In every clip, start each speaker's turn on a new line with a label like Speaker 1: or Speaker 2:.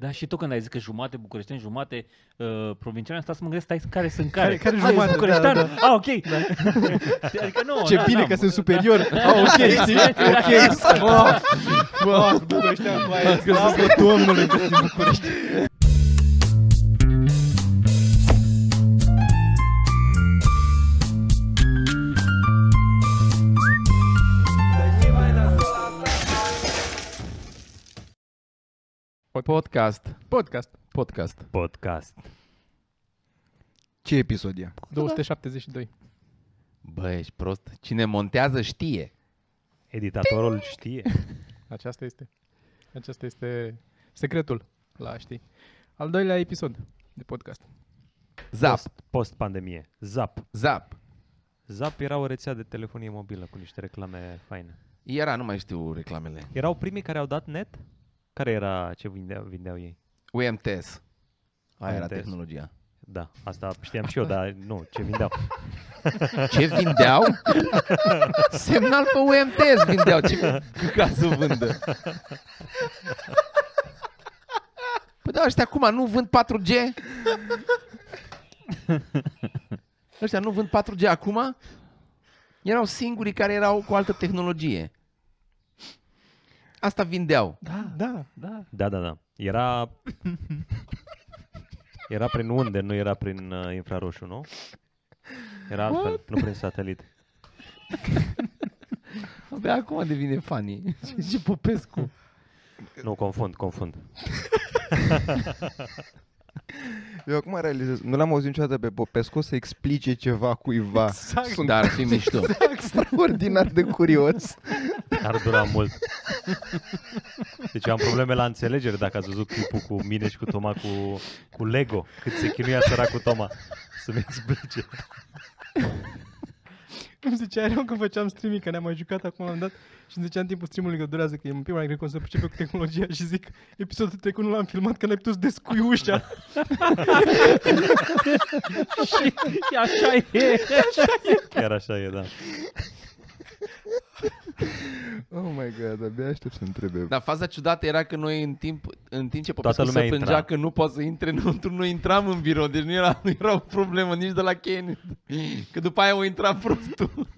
Speaker 1: Da, și tu când ai zis că jumate bucureșteni, jumate uh, provinciani, am stat să mă gândesc, stai, care sunt care?
Speaker 2: Care- care
Speaker 1: Ah, ești
Speaker 2: jumate?
Speaker 1: bucureștean?
Speaker 2: Da, da,
Speaker 1: Ah, ok. adică nu,
Speaker 2: Ce
Speaker 1: da,
Speaker 2: bine
Speaker 1: n-am.
Speaker 2: că sunt superior. Ah, ok, știi? Ok. Bă, bă, Bucureștean, bă, aia e slavă Domnului că sunt București.
Speaker 3: Podcast.
Speaker 2: Podcast.
Speaker 3: Podcast.
Speaker 4: Podcast.
Speaker 2: Ce episod e?
Speaker 3: 272. Bă, ești prost. Cine montează știe.
Speaker 4: Editatorul știe.
Speaker 5: Aceasta este. Aceasta este secretul la știi. Al doilea episod de podcast.
Speaker 3: Zap,
Speaker 4: Post- Post-pandemie. Zap.
Speaker 3: zap.
Speaker 4: Zap era o rețea de telefonie mobilă cu niște reclame faine.
Speaker 3: Era, nu mai știu reclamele.
Speaker 4: Erau primii care au dat net? Care era ce vindeau, vindeau ei?
Speaker 3: UMTS. Aia era
Speaker 4: UMTS.
Speaker 3: tehnologia.
Speaker 4: Da, asta știam și eu, dar nu, ce vindeau.
Speaker 3: Ce vindeau? Semnal pe UMTS vindeau. Ce ca să vândă. Păi da, ăștia acum nu vând 4G? Ăștia nu vând 4G acum? Erau singurii care erau cu altă tehnologie. Asta vindeau.
Speaker 5: Da, da.
Speaker 4: Da, da, da. Era... Era prin unde, nu era prin uh, infraroșu, nu? Era altfel, nu prin satelit.
Speaker 3: Abia acum devine funny. Și- Și Popescu.
Speaker 4: Nu, confund, confund.
Speaker 2: Eu acum realizez, nu l-am auzit niciodată pe Popescu să explice ceva
Speaker 5: Da.
Speaker 2: cuiva. Sunt
Speaker 3: Dar ar fi mișto.
Speaker 2: extraordinar de curios.
Speaker 4: Ar dura mult. Deci eu am probleme la înțelegere dacă ați văzut clipul cu mine și cu Toma cu, cu Lego. Cât se chinuia săracul Toma să-mi explice.
Speaker 5: Îmi zicea eu când făceam streaming, că ne-am mai jucat acum am dat și îmi zicea în timpul streamului că durează, că e un pic mai greu când se pricepe cu tehnologia și zic episodul trecut nu l-am filmat că n-ai putut să descui ușa.
Speaker 1: Și, și așa e.
Speaker 4: Chiar așa e, da.
Speaker 2: Oh my god, abia aștept să întrebe.
Speaker 3: Dar faza ciudată era că noi în timp, în timp ce
Speaker 4: Toată
Speaker 3: Popescu se
Speaker 4: lumea
Speaker 3: plângea
Speaker 4: intra.
Speaker 3: că nu poate să intre înăuntru, noi intram în birou, deci nu era, nu era o problemă nici de la Ken. Că după aia o intra prostul.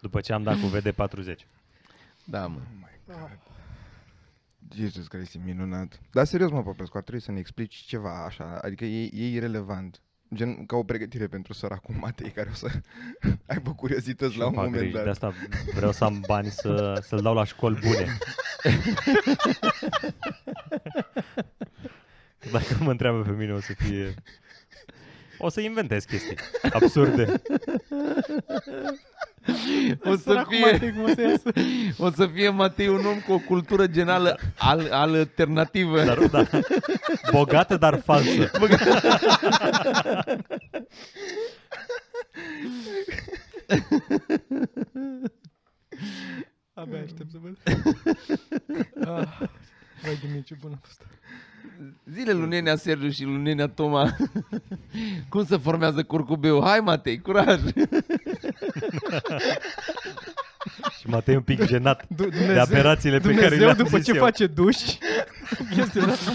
Speaker 4: După ce am dat cu VD40.
Speaker 3: Da, mă.
Speaker 2: Jesus Christ, e minunat. Dar serios, mă, Popescu, ar trebui să ne explici ceva așa, adică e, e irrelevant. Gen, ca o pregătire pentru săracul Matei care o să aibă curiozități la un
Speaker 4: Îmi fac
Speaker 2: moment
Speaker 4: griji.
Speaker 2: dat.
Speaker 4: De asta vreau să am bani să, să-l dau la școli bune. Că Dacă mă întreabă pe mine o să fie... O să inventez chestii absurde.
Speaker 3: O să
Speaker 5: Săracul
Speaker 3: fie,
Speaker 5: Matei, cum o să iasă.
Speaker 3: o să fie Matei un om cu o cultură genală al, alternativă.
Speaker 4: Dar, da, bogată, dar falsă.
Speaker 5: Abia aștept să văd. Ah, vai de mine, ce bun a fost.
Speaker 3: Zile lunenea Sergiu și lunenea Toma. Cum se formează curcubeu? Hai, Matei, curaj!
Speaker 4: Și Matei e un pic jenat
Speaker 5: Du-
Speaker 4: de aberațiile pe care
Speaker 5: Dumnezeu,
Speaker 4: le-am
Speaker 5: după
Speaker 4: zis
Speaker 5: ce
Speaker 4: eu.
Speaker 5: face duși, chestia asta.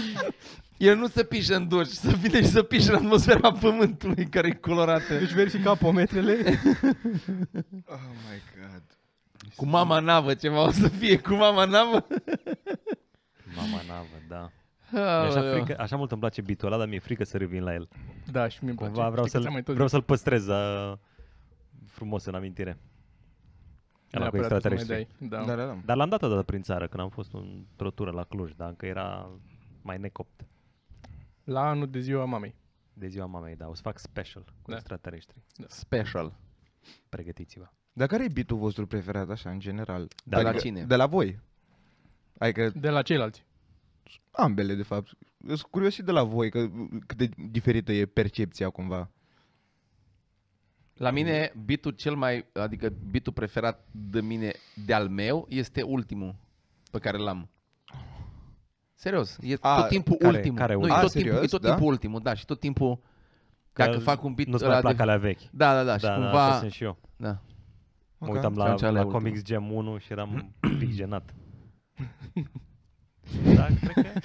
Speaker 3: El nu se pișă în duș, să vine și să pișe în atmosfera pământului care e colorată.
Speaker 5: Deci verifica apometrele.
Speaker 2: Oh my god.
Speaker 3: Cu mama navă ceva o să fie, cu mama navă.
Speaker 4: Mama navă, da. Mi-e Așa, frică, așa mult îmi place bitul ăla, dar mi-e frică să revin la el.
Speaker 5: Da, și mi-e
Speaker 4: Cumva vreau să-l, vreau să-l păstrez uh, frumos în amintire. Ăla cu extraterestri.
Speaker 5: Da.
Speaker 2: Da, da, da.
Speaker 4: Dar l-am dat odată prin țară, când am fost într-o tură la Cluj, dar încă era mai necopt.
Speaker 5: La anul de ziua mamei.
Speaker 4: De ziua mamei, da, o să fac special cu
Speaker 5: Da.
Speaker 4: extraterestri.
Speaker 3: Special.
Speaker 4: Pregătiți-vă.
Speaker 2: Dar care e bitul vostru preferat așa, în general?
Speaker 4: Da,
Speaker 3: De la
Speaker 2: Adică-
Speaker 3: cine?
Speaker 2: De la voi. Adică
Speaker 5: De la ceilalți.
Speaker 2: ambele, de fapt. Sunt curios și de la voi, că cât de diferită e percepția cumva.
Speaker 3: La mine, bitul cel mai, adică bitul preferat de mine, de-al meu, este ultimul pe care l-am. Serios, e
Speaker 2: A,
Speaker 3: tot timpul
Speaker 2: care-
Speaker 3: ultimul.
Speaker 4: care
Speaker 3: nu, e
Speaker 4: ultimul?
Speaker 3: tot,
Speaker 2: A,
Speaker 3: timpul, e
Speaker 2: serios,
Speaker 3: tot
Speaker 2: da?
Speaker 3: timpul ultimul, da, și tot timpul
Speaker 4: Că
Speaker 3: dacă fac un bit
Speaker 4: Nu-ți
Speaker 3: ăla
Speaker 4: mai plac
Speaker 3: de...
Speaker 4: alea vechi.
Speaker 3: Da, da, da, și
Speaker 4: da,
Speaker 3: cumva...
Speaker 4: așa sunt și eu.
Speaker 3: da.
Speaker 4: Mă
Speaker 2: Ok.
Speaker 4: uitam
Speaker 3: Și atunci
Speaker 4: la,
Speaker 3: ăla e
Speaker 4: la
Speaker 3: ultimul.
Speaker 4: Comics Gem 1 și eram un pic jenat. Da, cred că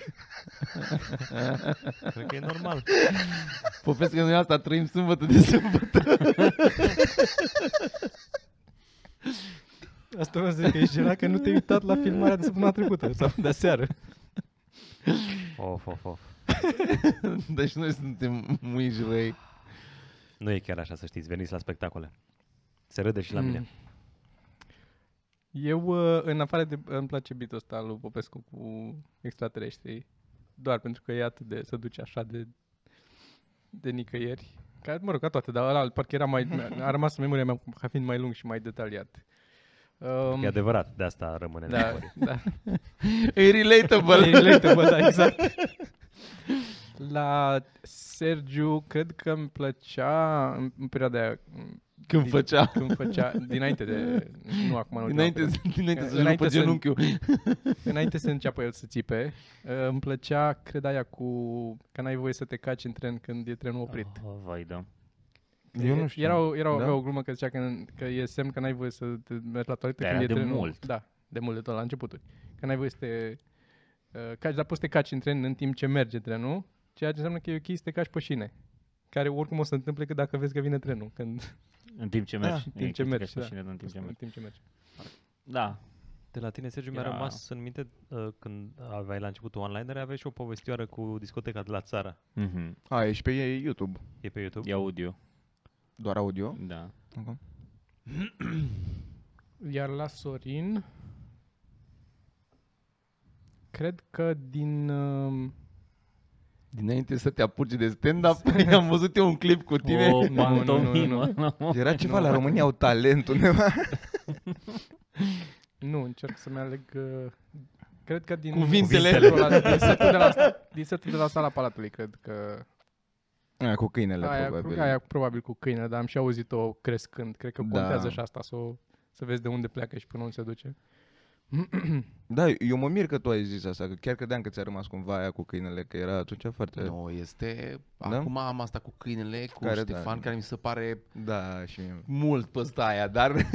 Speaker 4: Cred că e normal.
Speaker 3: Povestea că noi asta trăim sâmbătă de sâmbătă.
Speaker 5: Asta vreau să zic că ești gelat că nu te-ai uitat la filmarea de săptămâna trecută sau de seară.
Speaker 4: Of, of, of.
Speaker 3: Deci noi suntem muijilei.
Speaker 4: Nu e chiar așa, să știți. Veniți la spectacole. Se râde și la mine.
Speaker 5: Eu, uh, în afară de... Îmi place bitul ăsta lui Popescu cu extraterestrii, doar pentru că e atât de... se duce așa de, de nicăieri. Ca, mă rog, ca toate, dar ăla parcă era mai... a rămas în memoria mea ca fiind mai lung și mai detaliat. Um,
Speaker 4: E adevărat, de asta rămâne da. în
Speaker 5: da,
Speaker 4: memorie.
Speaker 5: da,
Speaker 3: E relatable.
Speaker 5: E relatable, da, exact. La Sergiu, cred că îmi plăcea în, în perioada aia, m,
Speaker 3: Când
Speaker 5: din-
Speaker 3: făcea.
Speaker 5: Când făcea, dinainte de, nu acum, nu
Speaker 3: Înainte, înainte să-și
Speaker 5: Înainte
Speaker 3: rupă
Speaker 5: să-
Speaker 3: genunchiul.
Speaker 5: Înainte să înceapă el să țipe, uh, îmi plăcea, cred, aia cu că n-ai voie să te caci în tren când e trenul oprit.
Speaker 1: Oh, vai, da.
Speaker 2: Eu nu știu.
Speaker 5: Era, o, era
Speaker 2: Da?
Speaker 5: da? o glumă că zicea că, că e semn că n-ai voie să te mergi la toaletă
Speaker 1: Dar
Speaker 5: când e
Speaker 1: era de
Speaker 5: trenul.
Speaker 1: mult.
Speaker 5: Da, de mult, de tot la începuturi. Că n-ai voie să te uh, caci, dar poți să te caci în tren în timp ce merge trenul, ceea ce înseamnă că e ok să te caci pe șine. Care oricum o să întâmple că dacă vezi că vine trenul, când,
Speaker 1: În timp ce mergi.
Speaker 5: în timp
Speaker 1: E,
Speaker 5: ce
Speaker 1: că
Speaker 5: mergi,
Speaker 1: te
Speaker 5: da.
Speaker 1: cași pe șine, În timp ce
Speaker 5: în
Speaker 1: mergi.
Speaker 5: timp ce mergi.
Speaker 1: Da.
Speaker 4: De la tine, Sergiu, mi-a
Speaker 1: Era-
Speaker 4: rămas în minte uh, când aveai la începutul online aveai și o povestioară cu discoteca de la țară.
Speaker 1: Mhm.
Speaker 2: A, ești pe YouTube.
Speaker 4: E pe YouTube?
Speaker 1: E audio.
Speaker 2: Doar audio?
Speaker 1: Da.
Speaker 2: Ok.
Speaker 5: Iar la Sorin, cred că din... Uh,
Speaker 3: Dinainte să te apuci de stand-up, am văzut eu un clip cu tine.
Speaker 1: O
Speaker 5: nu,
Speaker 1: pantomimă.
Speaker 2: Era ceva la România au talent undeva.
Speaker 5: Nu, încerc să-mi aleg... uh, Cred că din
Speaker 3: Cuvintele.
Speaker 5: setul ăla- din, setul de la, din setul de la sala Palatului, cred că...
Speaker 2: Aia cu câinele,
Speaker 5: Aia,
Speaker 2: probabil.
Speaker 5: probabil. aia probabil cu câine, dar am și auzit-o crescând. Cred că
Speaker 2: Da.
Speaker 5: contează și asta, să, o- să vezi de unde pleacă și până unde se duce.
Speaker 2: Da, eu mă mir că tu ai zis asta, că chiar credeam că ți-a rămas cumva aia cu câinele, că era atunci foarte...
Speaker 3: Nu, este...
Speaker 2: Da?
Speaker 3: Acum am asta cu câinele, cu
Speaker 2: Care, da.
Speaker 3: Ștefan, care mi se pare
Speaker 2: Da, și mie.
Speaker 3: mult pe ăsta aia, dar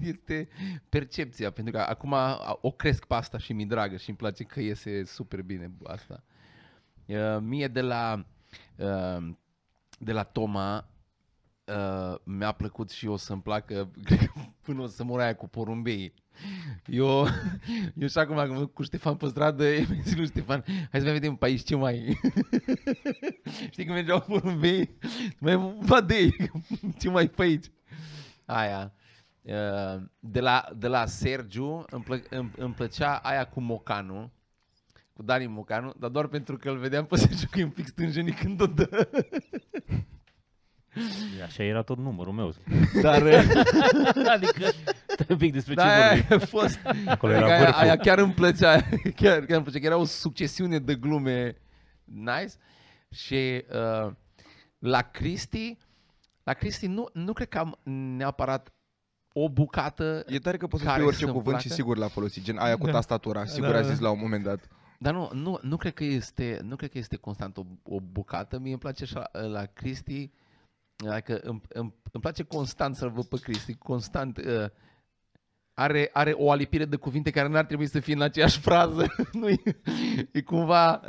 Speaker 3: este percepția, pentru că acum a- o cresc pe asta și mi-e dragă și îmi place că iese super bine asta. Uh, Mie de la, uh, de la Toma uh, mi-a plăcut și o să-mi placă cred că până o să mor aia cu porumbeii. Eu, eu și acum când mă duc cu Ștefan pe stradă, îi zic lui Ștefan, hai să mai vedem pe aici ce mai e." Știi când mergeau porumbei? Mai vadei, ce mai e pe aici? Aia. Uh, De la, de la Sergiu îmi, plă, îmi, îmi plăcea aia cu Mocanu, cu Dani Mocanu, dar doar pentru că îl vedeam pe Sergiu că e un pic stânjenit când o dă.
Speaker 1: Așa era tot numărul meu.
Speaker 3: Dar uh,
Speaker 1: adică, stai un pic despre ce
Speaker 3: da, aia
Speaker 1: vorbim.
Speaker 3: a fost.
Speaker 4: Acolo
Speaker 3: Adică
Speaker 4: era
Speaker 3: aia,
Speaker 4: vârful.
Speaker 3: aia chiar îmi plăcea. Chiar, chiar îmi plăcea. că Era o succesiune de glume nice. Și uh, la Cristi, la Cristi nu, nu cred că am neapărat o bucată
Speaker 2: E tare că poți să
Speaker 3: Care
Speaker 2: spui orice
Speaker 3: să-mi
Speaker 2: cuvânt și
Speaker 3: placă?
Speaker 2: sigur l-a folosit, gen aia cu tastatura, sigur
Speaker 5: Da,
Speaker 2: a
Speaker 5: da.
Speaker 2: zis la un moment dat.
Speaker 3: Dar nu, nu, nu, cred că este, nu cred că este constant o, o bucată. Mie îmi place așa ă, la Cristi, adică îmi, îmi, îmi place constant să-l văd pe Cristi, constant uh, are, are o alipire de cuvinte care n-ar trebui să fie în aceeași frază. nu e, e cumva...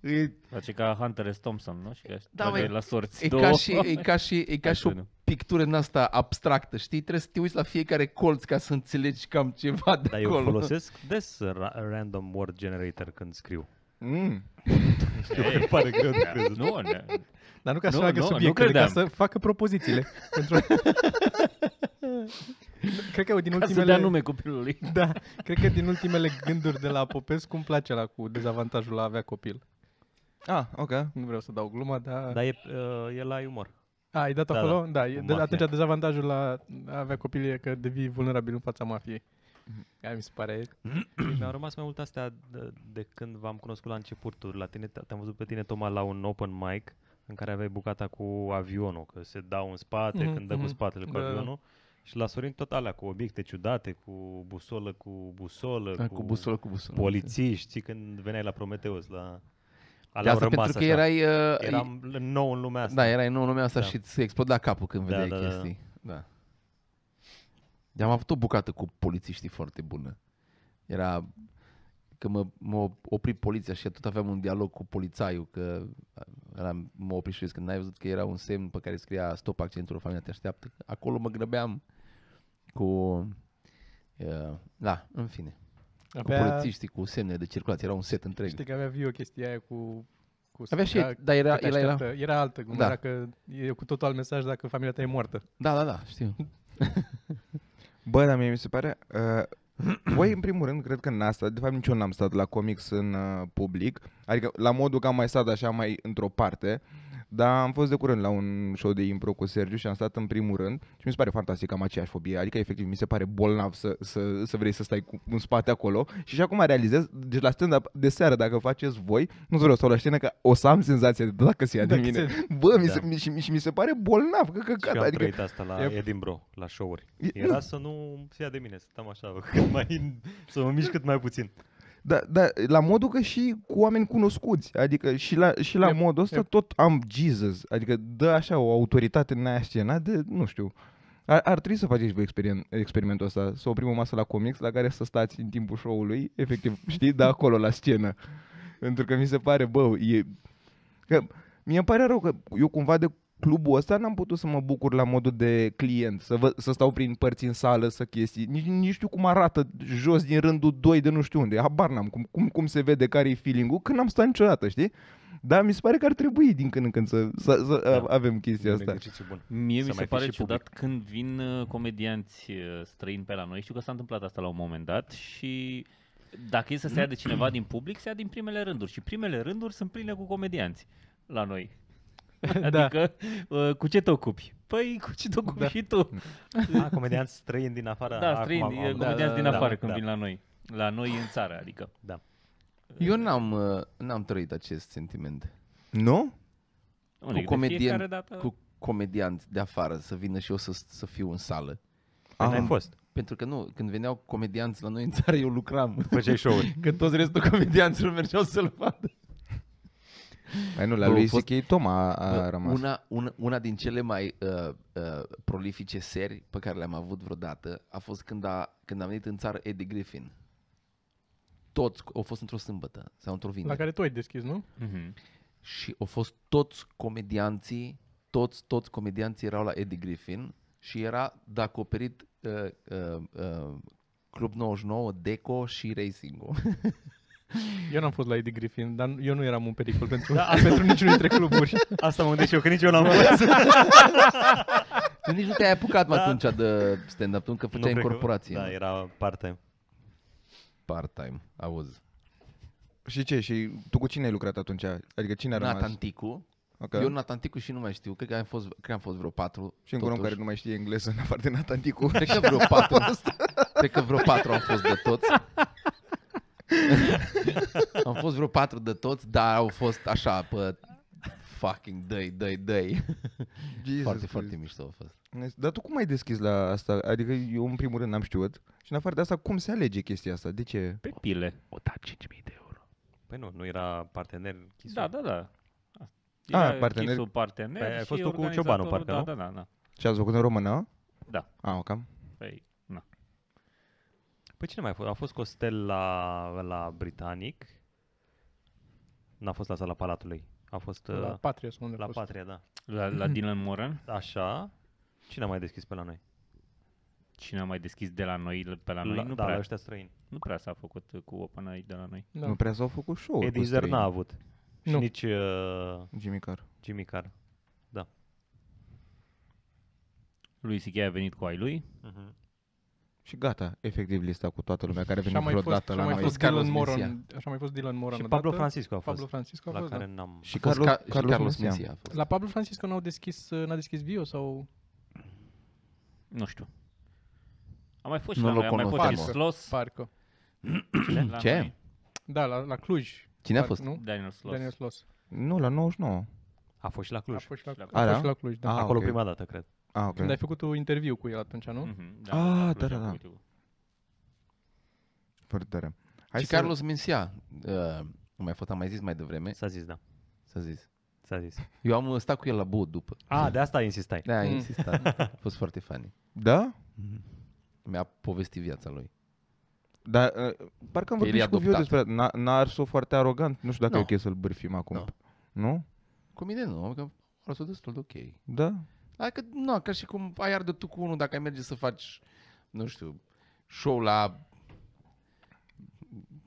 Speaker 3: e,
Speaker 1: Face ca Hunter S. Thompson, nu? Și că
Speaker 3: Da,
Speaker 1: da,
Speaker 3: măi,
Speaker 1: la sorți.
Speaker 3: e,
Speaker 1: două.
Speaker 3: ca și, e, ca și, e ca
Speaker 1: Hai
Speaker 3: și
Speaker 1: să
Speaker 3: o
Speaker 1: vedem.
Speaker 3: pictură în asta abstractă, știi? Trebuie să te uiți la fiecare colț ca să înțelegi cam ceva de
Speaker 4: Dar eu
Speaker 3: acolo.
Speaker 4: folosesc des ra- random word generator când scriu.
Speaker 2: Mm.
Speaker 4: Știu că pare greu de crezut.
Speaker 1: Nu, ne,
Speaker 5: Dar nu ca să
Speaker 1: Nu,
Speaker 5: facă
Speaker 1: nu, nu
Speaker 5: subiectele, ca
Speaker 1: credeam.
Speaker 5: să facă propozițiile. pentru... cred că din
Speaker 1: ca să dea
Speaker 5: ultimele...
Speaker 1: nume copilului.
Speaker 5: Da, cred că din ultimele gânduri de la Popescu îmi place la cu dezavantajul la a avea copil.
Speaker 2: Ah, ok.
Speaker 5: Nu vreau să dau gluma, dar...
Speaker 4: Dar e, uh, e la umor.
Speaker 5: A, ai dat
Speaker 4: Da,
Speaker 5: acolo? Da, da
Speaker 4: da.
Speaker 5: e,
Speaker 4: Cu
Speaker 5: de,
Speaker 4: mafia.
Speaker 5: atunci dezavantajul la a avea copil e că devii vulnerabil în fața mafiei. Aia mi se pare.
Speaker 4: Mi-au rămas mai mult astea de, de când v-am cunoscut la începuturi. La tine, te-am văzut pe tine, Toma, la un open mic în care aveai bucata cu avionul, că se dau în spate,
Speaker 3: Mm-hmm,
Speaker 5: Mhm,
Speaker 4: când dă cu
Speaker 5: mhm.
Speaker 4: spatele cu
Speaker 5: Da, da, da.
Speaker 4: avionul. Și la Sorin tot alea, cu obiecte ciudate, cu busolă, cu busolă,
Speaker 3: Da, Cu busolă, cu busolă.
Speaker 4: polițiști, știi, când veneai la Prometeus, la...
Speaker 3: Dar
Speaker 4: Alea au
Speaker 3: Asta
Speaker 4: rămas
Speaker 3: pentru că
Speaker 4: așa.
Speaker 3: erai, uh,
Speaker 4: Eram nou în lumea asta.
Speaker 3: Da, erai nou în lumea asta
Speaker 4: Da.
Speaker 3: da. și îți exploda capul când
Speaker 4: Da,
Speaker 3: vedeai
Speaker 4: da,
Speaker 3: da,
Speaker 4: da.
Speaker 3: chestii. Da. da. Dar am avut o bucată cu polițiștii foarte bună. Era că mă, mă opri poliția și tot aveam un dialog cu polițaiul, că ăla mă opri și eu zic, când n-ai văzut că era un semn pe care scria stop accentul, familia te așteaptă. Acolo mă grăbeam cu... Uh, da, în fine. Cu polițiștii, cu semne de circulație, era un set întreg.
Speaker 5: Știi că avea viu chestia aia cu... cu
Speaker 3: Avea și ei,
Speaker 5: era,
Speaker 3: dar era,
Speaker 5: că te
Speaker 3: era, era,
Speaker 5: așteaptă. era altă, cum
Speaker 3: Da.
Speaker 5: da. era că e cu totul alt mesaj dacă familia ta e moartă.
Speaker 3: Da, da, da, știu.
Speaker 2: Bă, dar mie mi se pare... Uh, voi, în primul rând, cred că n-a stat, de fapt nici eu n-am stat la comics în uh, public, adică la modul că am mai stat așa mai într-o parte, dar am fost de curând la un show de impro cu Sergiu și am stat în primul rând și mi se pare fantastic că am aceeași fobie, adică efectiv mi se pare bolnav să, să, să vrei să stai cu, în spate acolo și și acum realizez, deci la stand-up de seară dacă faceți voi, nu vreau să stau la scenă că o să am senzația de dacă se ia de
Speaker 5: Dacă
Speaker 2: mine.
Speaker 5: se-
Speaker 2: Bă, mi
Speaker 4: Da.
Speaker 2: se, mi, și, și mi se pare bolnav, că
Speaker 4: Și
Speaker 2: căcat,
Speaker 4: eu am
Speaker 2: adică
Speaker 4: trăit asta la
Speaker 5: Yep.
Speaker 4: Edinburgh, la show-uri.
Speaker 2: E-
Speaker 4: Era să nu se ia de mine, să stăm așa, cât mai, să mă mișc cât mai puțin.
Speaker 2: Da, da, la modul că și cu oameni cunoscuți, adică și la, și la
Speaker 5: Yep,
Speaker 2: modul ăsta
Speaker 5: yep.
Speaker 2: tot am Jesus, adică dă așa o autoritate în aia scenă de, nu știu, ar, ar trebui să faceți voi experien- experimentul ăsta, să oprim o masă la comics la care să stați în timpul show-ului, efectiv, știi, da, acolo la scenă, pentru că mi se pare, bă, e, că mi îmi pare rău că eu cumva de clubul ăsta n-am putut să mă bucur la modul de client, să, vă, să stau prin părți în sală, să chestii. Nici, nici nu știu cum arată jos din rândul 2 de nu știu unde. Habar n-am cum, cum, cum se vede care e feeling-ul, că n-am stat niciodată, știi? Dar mi se pare că ar trebui din când în când să, să, să
Speaker 4: Da.
Speaker 2: da. avem chestia
Speaker 4: Un
Speaker 2: asta.
Speaker 4: exercițiu bun.
Speaker 1: Mie
Speaker 4: Să
Speaker 1: mi
Speaker 4: mai
Speaker 1: se
Speaker 4: fi
Speaker 1: pare
Speaker 4: și
Speaker 1: ciudat când vin uh, comedianți uh, străini pe la noi. Știu că s-a întâmplat asta la un moment dat și dacă e să se ia de cineva din public, se ia din primele rânduri. Și primele rânduri sunt pline cu comedianți la noi. Adică, uh, cu ce te ocupi? Păi, cu ce te ocupi da. și tu?
Speaker 4: Ah, comedianți străini din afară.
Speaker 1: Da,
Speaker 4: acum
Speaker 1: străini,
Speaker 4: am-
Speaker 1: uh,
Speaker 4: am-
Speaker 1: comedianți din
Speaker 4: da,
Speaker 1: afară când
Speaker 4: da.
Speaker 1: vin la noi. La noi în țară, adică.
Speaker 4: Da.
Speaker 3: Eu n-am, uh, n-am trăit acest sentiment.
Speaker 2: Nu?
Speaker 1: Unde, de
Speaker 3: cu,
Speaker 1: fiecare
Speaker 3: comedian,
Speaker 1: dată-
Speaker 3: cu comedianți de afară să vină și eu să, să fiu în sală.
Speaker 4: Păi n-ai
Speaker 2: Am-
Speaker 4: fost.
Speaker 3: Pentru că nu, când veneau comedianți la noi în țară, eu lucram.
Speaker 2: Păi
Speaker 4: Făceai show-uri.
Speaker 3: Că toți restul comedianților mergeau să-l vadă.
Speaker 2: Mai nu, la
Speaker 3: Bă,
Speaker 2: lui
Speaker 3: a fost-
Speaker 2: C.K. Toma a, a
Speaker 3: Bă,
Speaker 2: rămas.
Speaker 3: Una, una, una din cele mai uh, uh, prolifice seri pe care le-am avut vreodată a fost când a, când a venit în țară Eddie Griffin. Toți au fost într-o sâmbătă sau într-o
Speaker 5: La
Speaker 3: vineri.
Speaker 5: care tu ai deschis, nu?
Speaker 1: Mhm.
Speaker 3: Și au fost toți comedianții, toți, toți comedianții erau la Eddie Griffin și era de acoperit uh, uh, uh, Club 99, Deco și Racing-ul.
Speaker 5: Eu n-am fost la Eddie Griffin, dar eu nu eram un pericol pentru, da, pentru niciunul dintre cluburi.
Speaker 4: Asta mă gândesc și eu, că nici eu n-am fost.
Speaker 3: Tu nici nu te-ai apucat da.
Speaker 4: Da.
Speaker 3: atunci de stand-up, tu încă
Speaker 4: Nu
Speaker 3: făceai în
Speaker 4: cred că-
Speaker 3: corporație.
Speaker 4: Da,
Speaker 3: nu?
Speaker 4: era part-time.
Speaker 3: Part-time, auzi.
Speaker 2: Și ce? Și tu cu cine ai lucrat atunci? Adică cine a rămas?
Speaker 3: Nathan Ticu.
Speaker 2: Ok.
Speaker 3: Că... Eu Nathan Ticu și nu mai știu, cred că am fost, cred că am fost vreo patru.
Speaker 2: Și încă un om care nu mai știe engleză în afară de Nathan Ticu.
Speaker 3: Cred că vreo patru. cred că vreo patru am fost de toți. am fost vreo patru de toți, dar au fost așa, pe fucking dăi, dăi, dăi.
Speaker 2: Jesus
Speaker 3: Foarte,
Speaker 2: Christ.
Speaker 3: foarte mișto a fost.
Speaker 2: Dar tu cum ai deschis la asta? Adică eu în primul rând n-am știut și în afară de asta cum se alege chestia asta? De ce?
Speaker 1: Pe pile.
Speaker 3: O dat 5.000 de euro.
Speaker 4: Păi nu, nu era partener Chisu.
Speaker 1: Da, da, da.
Speaker 2: Ah,
Speaker 1: Era
Speaker 2: partener-
Speaker 1: Chisul partener
Speaker 4: Păi ai
Speaker 1: și
Speaker 4: fost tu cu
Speaker 1: organizatorul,
Speaker 4: Ciobanu, parcă,
Speaker 1: da,
Speaker 4: nu?
Speaker 1: Da, da, da.
Speaker 2: Și ați făcut în română?
Speaker 1: Da.
Speaker 2: A, ah, cam.
Speaker 1: Păi,
Speaker 4: Păi cine mai a fost? A fost Costel la, la Britanic. N-a fost la sala Palatului. A fost uh,
Speaker 5: Da. La Patria sau unde a
Speaker 4: la
Speaker 5: fost.
Speaker 4: Patria, da.
Speaker 1: la, la Dylan Moran,
Speaker 4: Așa. Cine a mai deschis pe la noi?
Speaker 1: cine a mai deschis de la noi, pe la noi,
Speaker 4: la,
Speaker 1: nu,
Speaker 4: da, la
Speaker 1: prea,
Speaker 4: ăștia străini.
Speaker 1: nu prea s-a făcut uh, cu open Eye de la noi.
Speaker 5: Da.
Speaker 2: Da. Nu prea s-au făcut show-uri
Speaker 4: Eddie
Speaker 2: cu
Speaker 4: Zer
Speaker 2: străini.
Speaker 4: n-a avut. Și
Speaker 5: Nu.
Speaker 4: nici uh,
Speaker 2: Jimmy Carr.
Speaker 4: Jimmy Carr. Da.
Speaker 1: Lui C.K. a venit cu ai lui.
Speaker 4: Uh-huh.
Speaker 2: Și gata, efectiv lista cu toată lumea care a
Speaker 5: Și a
Speaker 2: venit
Speaker 5: mai fost,
Speaker 2: vreodată
Speaker 5: și a
Speaker 2: la
Speaker 5: mai
Speaker 2: noi.
Speaker 5: fost
Speaker 3: Carlos
Speaker 5: Dylan Moran,
Speaker 3: Mesia.
Speaker 5: așa mai fost Dylan Moran
Speaker 4: Și
Speaker 5: odată.
Speaker 4: Pablo Francisco a fost.
Speaker 5: Pablo Francisco a
Speaker 4: la
Speaker 5: fost,
Speaker 4: care
Speaker 5: da.
Speaker 4: n-am...
Speaker 2: Și
Speaker 3: Carlos,
Speaker 2: Carlos,
Speaker 3: Ca- și
Speaker 2: Carlos,
Speaker 3: Carlos
Speaker 2: Mesia.
Speaker 3: Mesia a fost.
Speaker 5: La Pablo Francisco n-au deschis, n-a deschis bio sau...
Speaker 1: Nu știu. A mai fost și
Speaker 3: Nu
Speaker 1: la
Speaker 3: l-o
Speaker 1: noi, a mai fost și
Speaker 3: cunosc.
Speaker 1: Sloss.
Speaker 5: Parcă.
Speaker 1: la
Speaker 3: Ce?
Speaker 1: noi,
Speaker 5: Da, la, la Cluj.
Speaker 3: Cine a
Speaker 5: Parcă,
Speaker 3: fost?
Speaker 5: Nu?
Speaker 1: Daniel Sloss.
Speaker 5: Daniel Sloss.
Speaker 2: Nu, la 99.
Speaker 4: A fost și la Cluj.
Speaker 5: A fost și la,
Speaker 1: Cluj.
Speaker 5: a
Speaker 2: A,
Speaker 5: fost
Speaker 2: da?
Speaker 5: și la Cluj, da.
Speaker 2: Ah,
Speaker 4: Acolo
Speaker 2: ok.
Speaker 4: prima dată, cred.
Speaker 2: Ah, ok.
Speaker 5: Când ai făcut un interviu cu el atunci, nu?
Speaker 4: Mm.
Speaker 1: Mhm,
Speaker 2: Ah,
Speaker 1: Cluj,
Speaker 2: da, da,
Speaker 1: am
Speaker 2: da.
Speaker 1: făcut eu.
Speaker 2: Foarte tare.
Speaker 3: Hai și
Speaker 2: să-
Speaker 3: Carlos Mesia. Uh, nu mai fost, am mai zis mai devreme,
Speaker 4: S-a zis, da.
Speaker 3: să zis.
Speaker 4: S-a zis.
Speaker 3: Eu am uh, stat cu el la bud după.
Speaker 4: A, de asta insistai.
Speaker 3: Da, a
Speaker 5: Mm.
Speaker 3: insistat. A fost foarte funny.
Speaker 2: Da?
Speaker 3: Mi-a povestit viața lui.
Speaker 2: Dar uh, parcă am
Speaker 3: El
Speaker 2: vorbit
Speaker 3: e
Speaker 2: și cu Viu
Speaker 3: adoptat.
Speaker 2: despre asta. N-a, n-a ars-o foarte arogant. Nu știu dacă
Speaker 3: Nu.
Speaker 2: e ok să-l bârfim acum.
Speaker 3: Nu.
Speaker 2: Nu?
Speaker 3: Cu mine nu, că arăt destul de ok.
Speaker 2: Da?
Speaker 3: Adică, nu, ca și cum ai arde tu cu unul dacă ai merge să faci, nu știu, show la,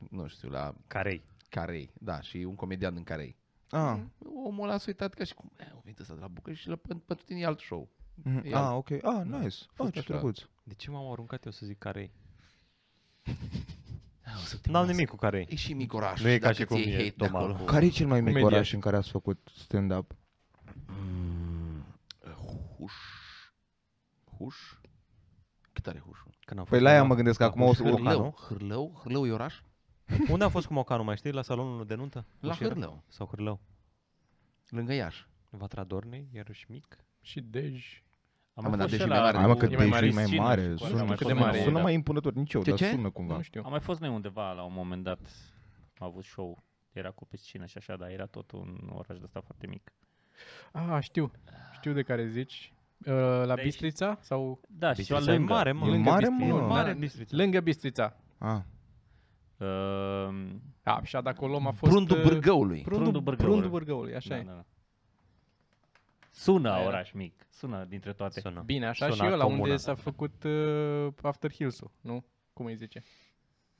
Speaker 3: nu știu, la
Speaker 4: Carei.
Speaker 3: Carei, da, și un comedian în Carei.
Speaker 2: Ah,
Speaker 3: Mhm. Omul ăla s-a uitat ca și cum, e, o venit ăsta de la București și la, pentru tine e alt show.
Speaker 2: mhm.
Speaker 3: E
Speaker 2: ah
Speaker 3: alt-
Speaker 2: ok. Ah, nice. Ah,
Speaker 3: Da. fost
Speaker 2: ce
Speaker 3: așa.
Speaker 2: drăguț.
Speaker 4: De ce m-am aruncat eu să zic carei?
Speaker 3: Da, O să te
Speaker 4: N-am
Speaker 3: las.
Speaker 4: nimic cu carei.
Speaker 3: E și mic oraș.
Speaker 4: Nu e ca
Speaker 3: dacă
Speaker 4: și cum
Speaker 3: ți-e
Speaker 4: e
Speaker 3: hate de
Speaker 4: Toma
Speaker 3: acolo.
Speaker 4: cu...
Speaker 2: Care e cel mai mic
Speaker 5: Comedian.
Speaker 2: oraș în care ați făcut stand-up?
Speaker 3: Mm, Huș. Huș? Cât are hușul?
Speaker 4: Când am
Speaker 2: Păi
Speaker 4: fost
Speaker 2: la aia mă gândesc că acum o să...
Speaker 4: Hârlău.
Speaker 2: Ocanul.
Speaker 3: Hârlău? Hârlău? Hârlău e oraș?
Speaker 4: Unde a fost cu Mocanu, mai știi? La salonul de nuntă?
Speaker 3: La
Speaker 4: Ușera?
Speaker 3: Hârlău,
Speaker 4: Sau Hârlău.
Speaker 3: lângă Iași.
Speaker 4: Vatra Dornei, iarăși mic.
Speaker 5: Și deci, Dej.
Speaker 1: Am
Speaker 3: Am
Speaker 1: mai
Speaker 3: dat
Speaker 1: fost
Speaker 3: și
Speaker 1: și
Speaker 3: mai
Speaker 1: la...
Speaker 3: mare.
Speaker 2: Hai mă că
Speaker 5: E mai mare
Speaker 2: deși e mai
Speaker 1: Cine,
Speaker 2: mare,
Speaker 1: știu cum,
Speaker 2: sună
Speaker 5: nu
Speaker 2: mai,
Speaker 5: știu cât de
Speaker 2: sună,
Speaker 5: mare e,
Speaker 2: sună
Speaker 1: da.
Speaker 2: mai impunător, nici eu,
Speaker 3: Ce,
Speaker 2: dar
Speaker 3: ce?
Speaker 2: sună cumva.
Speaker 5: Nu știu.
Speaker 1: Am mai fost noi undeva la un moment dat. Am avut show. Era cu piscină și așa, dar era tot un oraș de ăsta foarte mic.
Speaker 5: Ah, știu. Știu de care zici. Uh, la
Speaker 4: Deci.
Speaker 1: Dej.
Speaker 5: Bistrița sau
Speaker 1: Da, și
Speaker 4: Bistrița
Speaker 1: ceva
Speaker 4: e
Speaker 1: lângă.
Speaker 4: mare, mă.
Speaker 2: E
Speaker 5: lângă
Speaker 2: mare,
Speaker 5: Bistrița.
Speaker 2: mă.
Speaker 5: Da,
Speaker 4: Mare
Speaker 5: da.
Speaker 4: Bistrița.
Speaker 5: Lângă Bistrița.
Speaker 2: Ah.
Speaker 1: Uh,
Speaker 5: A, și de acolo m-a fost...
Speaker 3: Prundul
Speaker 5: uh,
Speaker 3: Bârgăului.
Speaker 5: Prundul
Speaker 1: Prundul
Speaker 5: Bârgăului.
Speaker 1: Bârgăului.
Speaker 5: Prundul Bârgăului, așa
Speaker 1: da,
Speaker 5: e.
Speaker 1: da, da. Sună
Speaker 5: Da,
Speaker 1: da,
Speaker 5: era.
Speaker 1: oraș mic. Sună dintre toate.
Speaker 4: Sună.
Speaker 5: Bine, așa
Speaker 4: Sună
Speaker 5: și eu la
Speaker 4: comună.
Speaker 5: unde s-a făcut uh, After Hills-ul, nu? Cum îi zice?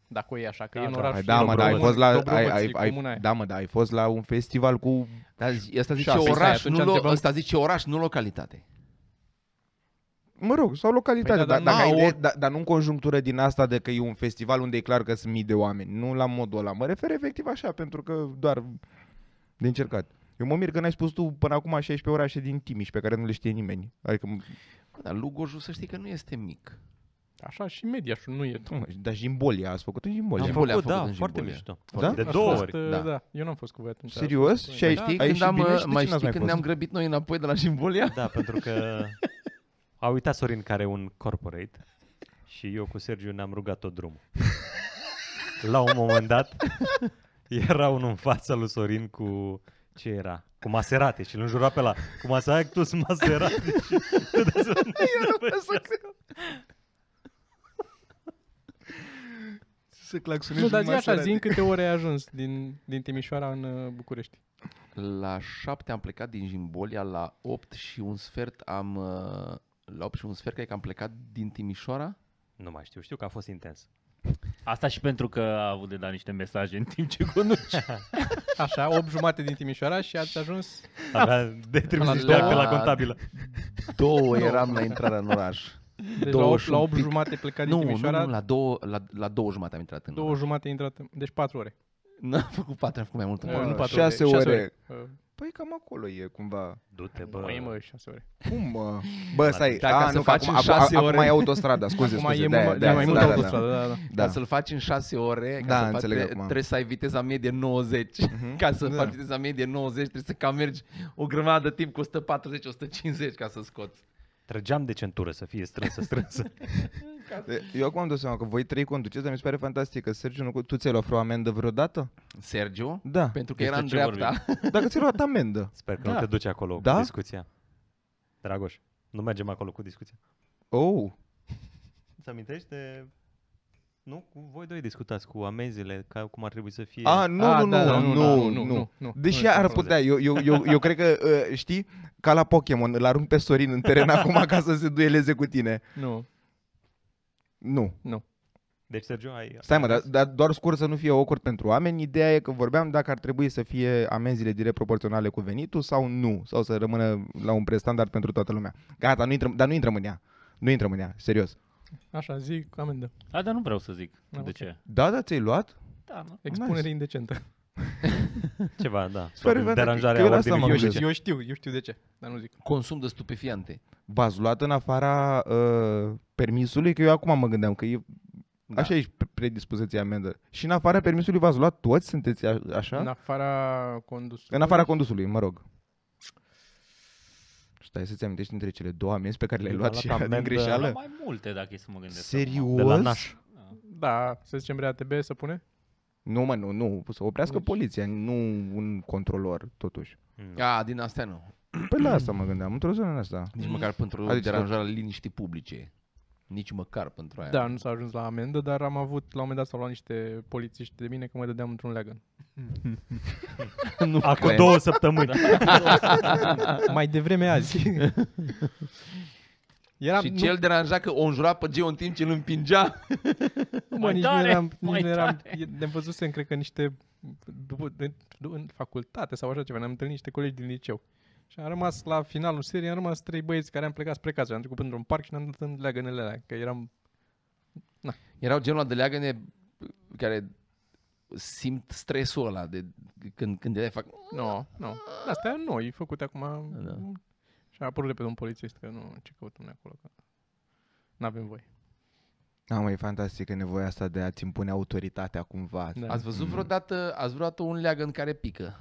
Speaker 5: Dacă e așa, că
Speaker 4: Da,
Speaker 5: e în
Speaker 4: da.
Speaker 5: oraș.
Speaker 2: Hai, da, mă, dar ai fost la, ai, ai, ai,
Speaker 5: da.
Speaker 2: da, mă, dar ai fost la un festival cu...
Speaker 3: Dar zi- ăsta zice
Speaker 5: Șase, stai,
Speaker 3: oraș,
Speaker 5: atunci
Speaker 3: nu lo-
Speaker 5: întrebăm-
Speaker 3: ăsta zice oraș, nu localitate.
Speaker 2: Mă rog, sau localitate,
Speaker 5: Păi da,
Speaker 2: dar,
Speaker 5: dar
Speaker 2: dacă ai
Speaker 3: n-au
Speaker 2: de,
Speaker 3: ori-
Speaker 2: da, dar nu în conjunctură din asta de că e un festival unde e clar că sunt mii de oameni. Nu la modul ăla. Mă refer efectiv așa, pentru că doar de încercat. Eu mă mir că n-ai spus tu până acum 16 orașe din Timiș pe care nu le știe nimeni. Adică,
Speaker 3: Bă, Dar Lugojul să știi că nu este mic.
Speaker 5: Așa și Mediașul nu e.
Speaker 2: tu, mă, dar Jimbolia, ați făcut în Jimbolia.
Speaker 3: Am
Speaker 2: Am
Speaker 3: Jimbolia a
Speaker 4: Făcut,
Speaker 3: făcut
Speaker 4: da,
Speaker 3: în
Speaker 4: foarte
Speaker 3: Jimbolia.
Speaker 4: mișto.
Speaker 2: Da?
Speaker 4: De
Speaker 5: Aș
Speaker 4: două
Speaker 5: fost,
Speaker 4: ori.
Speaker 5: uh,
Speaker 3: da.
Speaker 5: da. Eu n-am fost cu voi atunci.
Speaker 2: Serios? Și
Speaker 3: Da,
Speaker 5: Păi
Speaker 2: ai ști,
Speaker 3: când
Speaker 2: ai și
Speaker 3: am,
Speaker 2: bine și de
Speaker 3: mai
Speaker 2: ce n-ați
Speaker 3: știi
Speaker 2: mai
Speaker 3: când ne-am
Speaker 2: fost?
Speaker 3: grăbit noi înapoi de la Jimbolia?
Speaker 4: Da, pentru că a uitat Sorin care e un corporate și eu cu Sergiu ne-am rugat tot drumul. La un moment dat era unul în fața lui Sorin cu ce era? Cu Maserati și îl înjura pe la cu Maseractus Maserati și dădea să nu înăpășească.
Speaker 2: Să
Speaker 5: Nu,
Speaker 2: claxonezi
Speaker 5: dar zi așa, zi în câte ore ai ajuns din, din Timișoara în uh, București.
Speaker 3: La șapte am plecat din Jimbolia, la opt și un sfert am... uh, La opt și un sfert cred că am plecat din Timișoara.
Speaker 4: Nu mai știu, știu că a fost intens.
Speaker 1: Asta și pentru că a avut de dat niște mesaje în timp ce conduce.
Speaker 5: Așa, 8 jumate din Timișoara și ați ajuns...
Speaker 4: Avea de trimis
Speaker 5: La
Speaker 4: niște acte la
Speaker 3: două.
Speaker 4: contabilă.
Speaker 3: Două eram la intrarea în oraș.
Speaker 5: Deci la
Speaker 3: Două
Speaker 5: 8,
Speaker 3: și
Speaker 5: la
Speaker 3: un
Speaker 5: 8
Speaker 3: pic.
Speaker 5: jumate plecat din
Speaker 3: Nu, nu,
Speaker 5: Timișoara,
Speaker 3: nu, la două, la, la două jumate am intrat în
Speaker 5: două
Speaker 3: oraș.
Speaker 5: jumate intrat, în- deci 4 ore.
Speaker 3: Nu am făcut patru, am făcut mai mult în
Speaker 5: Uh,
Speaker 3: oraș.
Speaker 5: nu 4
Speaker 2: Ah, șase
Speaker 5: ore. șase
Speaker 2: ore.
Speaker 5: Uh,
Speaker 2: Păi cam acolo e cumva.
Speaker 4: Du-te,
Speaker 5: Băi,
Speaker 4: bă.
Speaker 5: mă, 6 ore.
Speaker 2: Cum, mă? Bă, stai,
Speaker 3: Dacă
Speaker 2: a,
Speaker 3: să
Speaker 2: nu, că
Speaker 3: faci
Speaker 2: acum,
Speaker 3: în
Speaker 2: acum,
Speaker 3: șase
Speaker 2: acum
Speaker 3: ore-
Speaker 2: e autostradă, scuze,
Speaker 5: Acum
Speaker 2: scuze.
Speaker 5: e,
Speaker 2: de-aia-
Speaker 5: mult-
Speaker 2: de-aia,
Speaker 5: e mai mult
Speaker 2: da, da, da.
Speaker 5: autostradă, da, da.
Speaker 3: Ca
Speaker 2: Da.
Speaker 3: să-l faci în 6 ore, ca
Speaker 2: Da,
Speaker 3: să faci,
Speaker 2: înțeleg
Speaker 3: tre-
Speaker 2: acum.
Speaker 3: trebuie să ai viteza medie 90. Ca să
Speaker 2: da.
Speaker 3: faci viteza medie 90, trebuie să cam mergi o grămadă de timp cu 140-150 ca să scoți.
Speaker 4: Trăgeam de centură să fie strânsă, strânsă.
Speaker 2: Eu acum am dat seama că voi trei conduceți, dar mi se pare fantastic că Sergiu, nu, tu ți-ai luat vreo amendă vreodată?
Speaker 3: Sergiu,
Speaker 2: Da.
Speaker 3: pentru că
Speaker 1: Despre
Speaker 3: era în
Speaker 1: ce
Speaker 3: dreapta.
Speaker 2: Dacă ți-ai luat amendă.
Speaker 4: Sper că nu
Speaker 1: Da.
Speaker 4: te duci acolo
Speaker 2: Da?
Speaker 4: cu discuția. Dragoș, nu mergem acolo cu discuția.
Speaker 2: Oh,
Speaker 4: Îți amintești de... Nu? Cu- Voi doi discutați cu amenzile, ca cum ar trebui să fie.
Speaker 2: a, nu,
Speaker 5: Ah,
Speaker 2: nu,
Speaker 5: da, da,
Speaker 2: nu, nu, nu, nu. Deși
Speaker 5: Nu,
Speaker 2: ar
Speaker 5: nu,
Speaker 2: putea, eu, eu, eu, eu cred că, ă, știi, ca la Pokémon, îl arunc pe Sorin în teren acum ca să se dueleze cu tine.
Speaker 5: Nu,
Speaker 2: Nu.
Speaker 5: nu.
Speaker 4: Deci, Sergio, ai...
Speaker 2: Stai mă, dar, dar doar scurt să nu fie ocurt pentru oameni, ideea e că vorbeam dacă ar trebui să fie amenzile direct proporționale cu venitul sau nu, sau să rămână la un preț standard pentru toată lumea. Gata, nu intrăm, dar nu intrăm în ea. Nu intrăm în ea, serios.
Speaker 5: Așa, zi cu amendă.
Speaker 1: A, dar nu vreau să zic.
Speaker 5: Da,
Speaker 1: de
Speaker 5: ok.
Speaker 1: ce?
Speaker 2: Da, da, ți-ai luat?
Speaker 1: Da, nu.
Speaker 5: Expunere indecentă.
Speaker 4: Ceva, da.
Speaker 2: Sper
Speaker 4: Probabil
Speaker 2: că- că
Speaker 4: deranjarea
Speaker 2: eu la asta
Speaker 4: ordinii
Speaker 2: m-am
Speaker 5: Eu,
Speaker 2: gândit.
Speaker 4: publice.
Speaker 5: știu, eu știu, eu știu de ce, dar nu zic.
Speaker 3: Consum de stupefiante.
Speaker 2: V-ați luat în afara uh, permisului, că eu acum mă gândeam că e, da.
Speaker 3: Da.
Speaker 2: așa ești predispoziția amendă. Și în afara permisului v-ați luat toți, sunteți a- așa?
Speaker 5: În afara condus.
Speaker 2: Da? În afara condusului, mă rog. Stai să-ți amintești între cele două amenzi pe care le-ai
Speaker 4: Eu
Speaker 2: luat
Speaker 4: am
Speaker 2: și
Speaker 4: luat
Speaker 2: din
Speaker 4: amendă-
Speaker 1: Am
Speaker 2: greșeală?
Speaker 1: mai multe dacă e să mă gândesc. acum.
Speaker 2: Serios?
Speaker 4: De la naș.
Speaker 5: Da, să zicem RATB să pune.
Speaker 2: Nu, mă, nu, nu, să oprească
Speaker 5: Deci-
Speaker 2: poliția, nu un controlor, totuși.
Speaker 4: Nu.
Speaker 5: Da.
Speaker 3: A, din astea nu.
Speaker 2: Păi la asta mă gândeam, într-o zonă în asta.
Speaker 3: Mm. Nici măcar pentru
Speaker 2: Adică-
Speaker 3: deranjarea liniștii publice. Nici măcar pentru aia.
Speaker 5: Da, nu s-a ajuns la amendă, dar am avut, la un moment dat s-au luat niște polițiști de mine că mă dădeam într-un leagăn.
Speaker 3: nu
Speaker 4: Acum
Speaker 3: cred.
Speaker 4: două săptămâni.
Speaker 5: Ah, Mai devreme azi. Eram,
Speaker 3: Și
Speaker 5: nu-
Speaker 3: cel deranja că o înjura pe Geo în timp ce îl împingea.
Speaker 5: Mă,
Speaker 1: Mai
Speaker 5: nici
Speaker 1: tare,
Speaker 5: nu eram, nici
Speaker 1: mai
Speaker 5: nu eram,
Speaker 1: tare.
Speaker 5: e- ne văzusem, cred că niște, după, în, în facultate sau așa ceva, ne-am întâlnit niște colegi din liceu. Și am rămas la finalul seriei, am rămas trei băieți care am plecat spre casă, am trecut într-un parc și ne-am dat în leagănele alea, că eram,
Speaker 3: Erau genul ăla de leagăne care simt stresul ăla de când, când ele fac...
Speaker 5: nu, nu, astea noi, făcute acum,
Speaker 3: Da.
Speaker 5: da. și a apărut repede un polițist, că nu, ce căutăm noi acolo, că n-avem voie.
Speaker 2: Da, mă, e fantastică nevoia asta de a-ți impune autoritatea cumva.
Speaker 5: Da.
Speaker 3: Ați
Speaker 4: Mm.
Speaker 3: văzut vreodată, ați vreodată un leagăn care pică?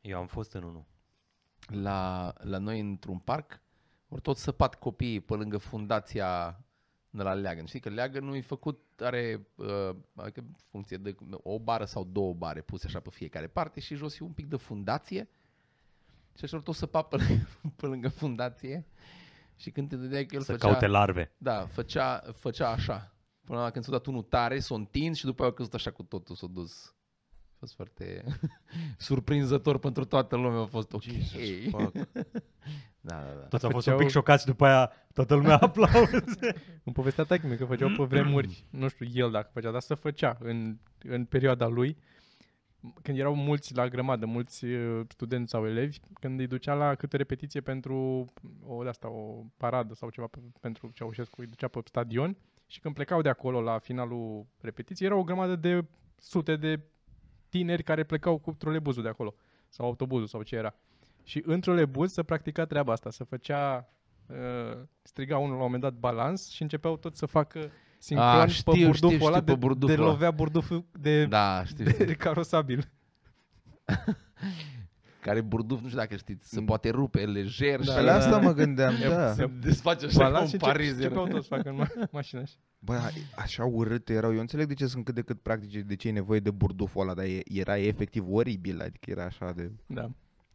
Speaker 4: Eu am fost în unul.
Speaker 3: La, la noi într-un parc, ori tot săpat copiii pe lângă fundația de la leagăn. Știi că leagănul e făcut, are uh, adică în funcție de o bară sau două bare puse așa pe fiecare parte și jos e un pic de fundație și așa ori tot săpat pe lângă, pe lângă fundație și când te dădeai că el
Speaker 4: Să
Speaker 3: făcea...
Speaker 4: caute larve.
Speaker 3: Da, făcea, făcea așa. Până la când s-a dat unul tare, s-a întins și după aia a căzut așa cu totul, s-a dus. A fost foarte surprinzător pentru toată lumea, a fost ok.
Speaker 2: Păi
Speaker 3: da, da, da.
Speaker 4: Toți au fost un
Speaker 5: Făceau-
Speaker 4: pic șocați după aia toată lumea aplauze.
Speaker 5: Îmi povestea taică că făceau pe vremuri, nu știu el dacă făcea, dar să făcea în, în perioada lui, când erau mulți la grămadă, mulți uh, studenți sau elevi, când îi ducea la câte repetiție pentru o, de asta, o paradă sau ceva pe- pentru Ceaușescu, îi ducea pe stadion și când plecau de acolo la finalul repetiției, era o grămadă de sute de tineri care plecau cu trolebuzul de acolo sau autobuzul sau ce era. Și în trolebuz se practica treaba asta, se făcea uh, striga unul la un moment dat balans și începeau tot să facă sincron
Speaker 3: Ah,
Speaker 5: A,
Speaker 3: știu,
Speaker 5: pe
Speaker 3: știu,
Speaker 5: burduful
Speaker 3: știu,
Speaker 5: ăla
Speaker 3: pe
Speaker 5: de,
Speaker 3: burduful
Speaker 5: de
Speaker 3: ăla.
Speaker 5: lovea burduful de,
Speaker 3: Da, știu.
Speaker 5: de carosabil.
Speaker 3: Care burduf, nu știu dacă știți, se poate rupe lejer
Speaker 5: Da,
Speaker 3: și
Speaker 2: La asta mă gândeam,
Speaker 5: E-
Speaker 2: da.
Speaker 3: se
Speaker 5: se
Speaker 3: desface așa ca
Speaker 5: Balans și
Speaker 3: un
Speaker 5: încep-
Speaker 3: parizer.
Speaker 5: începeau toți să facă în ma- mașină așa.
Speaker 2: Bă, a- așa urâte erau. Eu înțeleg de ce sunt cât de cât practice, de ce e nevoie de burduful ăla, dar e, era efectiv oribil, adică era așa de
Speaker 5: Da.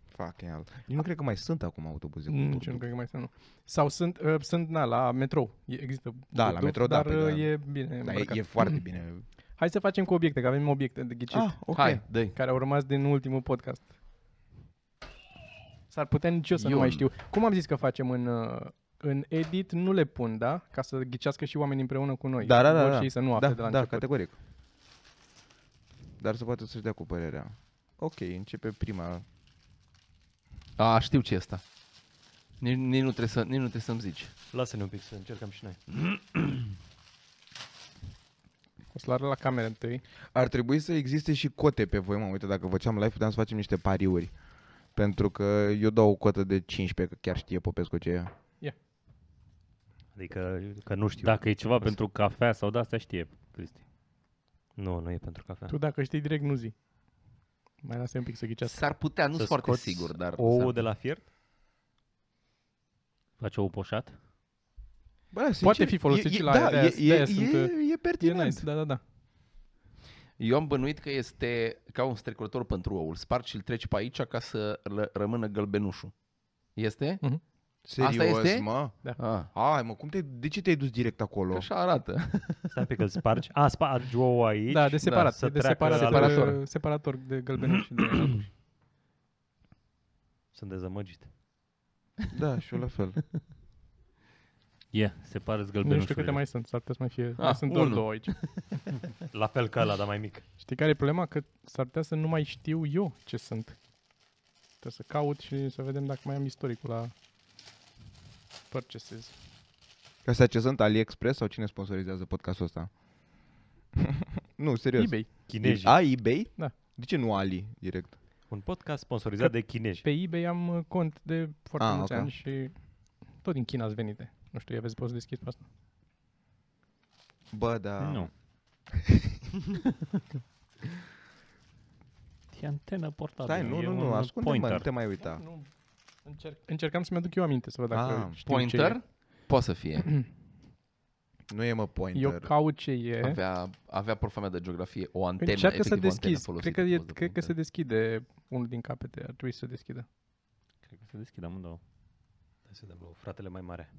Speaker 2: fucking hell. Eu nu cred că mai sunt acum autobuze cu
Speaker 5: Nici nu
Speaker 2: burduf.
Speaker 5: cred că mai sunt, nu. Sau sunt, uh, sunt na, la metrou. E- Există
Speaker 2: Da, la
Speaker 5: burduf,
Speaker 2: metrou, da,
Speaker 5: dar
Speaker 2: păi, da.
Speaker 5: uh, e bine
Speaker 2: Dar e,
Speaker 5: îmbrăcat.
Speaker 2: e foarte bine.
Speaker 5: Hai să facem cu obiecte, că avem obiecte de ghicit.
Speaker 2: Ah, ok.
Speaker 3: Hai, dă
Speaker 5: care au rămas din ultimul podcast. S-ar putea nici eu să nu
Speaker 3: Ion.
Speaker 5: mai știu. Cum am zis că facem în, uh, în edit, nu le pun, da? Ca să ghicească și oamenii împreună cu noi.
Speaker 2: Da, da, da.
Speaker 5: Vor
Speaker 2: da.
Speaker 5: Păi Și ei să nu afle
Speaker 2: da,
Speaker 5: de la
Speaker 2: da,
Speaker 5: început.
Speaker 2: categoric. Dar să poată să-și dea cu părerea. Ok, începe prima.
Speaker 3: A, știu ce e asta. Nici, nici, nu trebuie să, nici nu trebuie să-mi zici.
Speaker 4: Lasă-ne un pic să încercăm și noi.
Speaker 5: O să-l arăt la camere întâi.
Speaker 2: Ar trebui să existe și cote pe voi, mă. Uite, dacă făceam live, puteam să facem niște pariuri. Pentru că eu dau o cotă de 15, că chiar știe Popescu ce e.
Speaker 4: Adică că nu
Speaker 5: Da.
Speaker 4: știu.
Speaker 1: Dacă e ceva pentru cafea sau de asta știe, Cristi.
Speaker 4: Nu, nu e pentru cafea.
Speaker 5: Tu dacă știi direct, nu zi. Mai lasă un pic să ghicească.
Speaker 3: S-ar putea, nu
Speaker 4: Să
Speaker 3: sunt foarte
Speaker 4: scoți
Speaker 3: sigur, dar...
Speaker 4: Ouă
Speaker 3: s-ar-
Speaker 4: de la fiert?
Speaker 1: Face ou poșat?
Speaker 2: Bă, da, sincer,
Speaker 5: Poate fi folosit
Speaker 2: e,
Speaker 5: și
Speaker 2: e,
Speaker 5: la
Speaker 2: da,
Speaker 5: de-aia-
Speaker 2: e,
Speaker 5: de-aia
Speaker 2: e,
Speaker 5: sunt, uh,
Speaker 2: e, e
Speaker 5: E
Speaker 2: pertinent.
Speaker 5: nice, da, da, da.
Speaker 3: Eu am bănuit că este ca un strecurător pentru ou. Îl spargi și îl treci pe aici ca să lă- rămână gălbenușul. Este?
Speaker 2: Serios,
Speaker 3: Asta este?
Speaker 2: mă?
Speaker 3: Ah,
Speaker 2: Hai, mă, cum te, de ce te-ai dus direct
Speaker 3: că
Speaker 2: acolo?
Speaker 3: așa arată.
Speaker 4: Stai un pic, îl spargi. A, spargi ouă aici.
Speaker 5: Da, de separat.
Speaker 4: să
Speaker 5: e de
Speaker 4: treacă
Speaker 5: separat,
Speaker 4: la
Speaker 5: separator.
Speaker 3: lor.
Speaker 5: separator de gălbenuș și de alb.
Speaker 4: Sunt dezamăgit.
Speaker 2: Da, și eu la fel.
Speaker 1: E, yeah, se pare
Speaker 5: Nu știu câte
Speaker 1: zgălbenușurile.
Speaker 5: mai sunt, s-ar putea să mai fie. mai sunt doar
Speaker 3: unul.
Speaker 5: două aici.
Speaker 4: La fel ca ăla, dar mai mic.
Speaker 5: Știi care e problema? Că s-ar putea să nu mai știu eu ce sunt. Trebuie să caut și să vedem dacă mai am istoricul la purchases.
Speaker 2: Astea ce sunt? AliExpress sau cine sponsorizează podcastul ăsta? nu, serios.
Speaker 5: eBay.
Speaker 4: Chinezi.
Speaker 2: A, eBay?
Speaker 5: Da.
Speaker 2: De ce nu Ali direct?
Speaker 4: Un podcast sponsorizat de chinezi.
Speaker 5: Pe eBay am uh, cont de foarte
Speaker 2: Ah,
Speaker 5: mulți
Speaker 2: ok.
Speaker 5: ani și tot din China sunt venite. Nu știu, ia vezi, poți să deschizi pe asta.
Speaker 2: Bă, da.
Speaker 1: Nu. e antenă portabilă.
Speaker 2: Stai, nu,
Speaker 1: e
Speaker 2: nu,
Speaker 1: un
Speaker 2: nu, ascunde-mă, nu
Speaker 1: pointer.
Speaker 2: te mai uita.
Speaker 5: Nu, încerc, încercam să-mi aduc eu aminte să văd dacă
Speaker 2: Ah,
Speaker 5: știu
Speaker 3: Pointer?
Speaker 5: Ce
Speaker 3: Poate să fie.
Speaker 2: Nu e, mă,
Speaker 5: e. Eu
Speaker 2: pointer.
Speaker 5: caut ce e. Păi
Speaker 3: Avea, avea profa mea de geografie o antenă.
Speaker 5: Încearcă să
Speaker 3: efectiv o antenă
Speaker 5: deschizi. Cred
Speaker 3: folosită
Speaker 5: că, e,
Speaker 3: fost de
Speaker 5: cred că se
Speaker 3: pointer.
Speaker 5: deschide unul din capete. Ar trebui să se deschidă.
Speaker 1: Cred că se deschid amândouă.
Speaker 4: Hai să dăm lui fratele mai mare.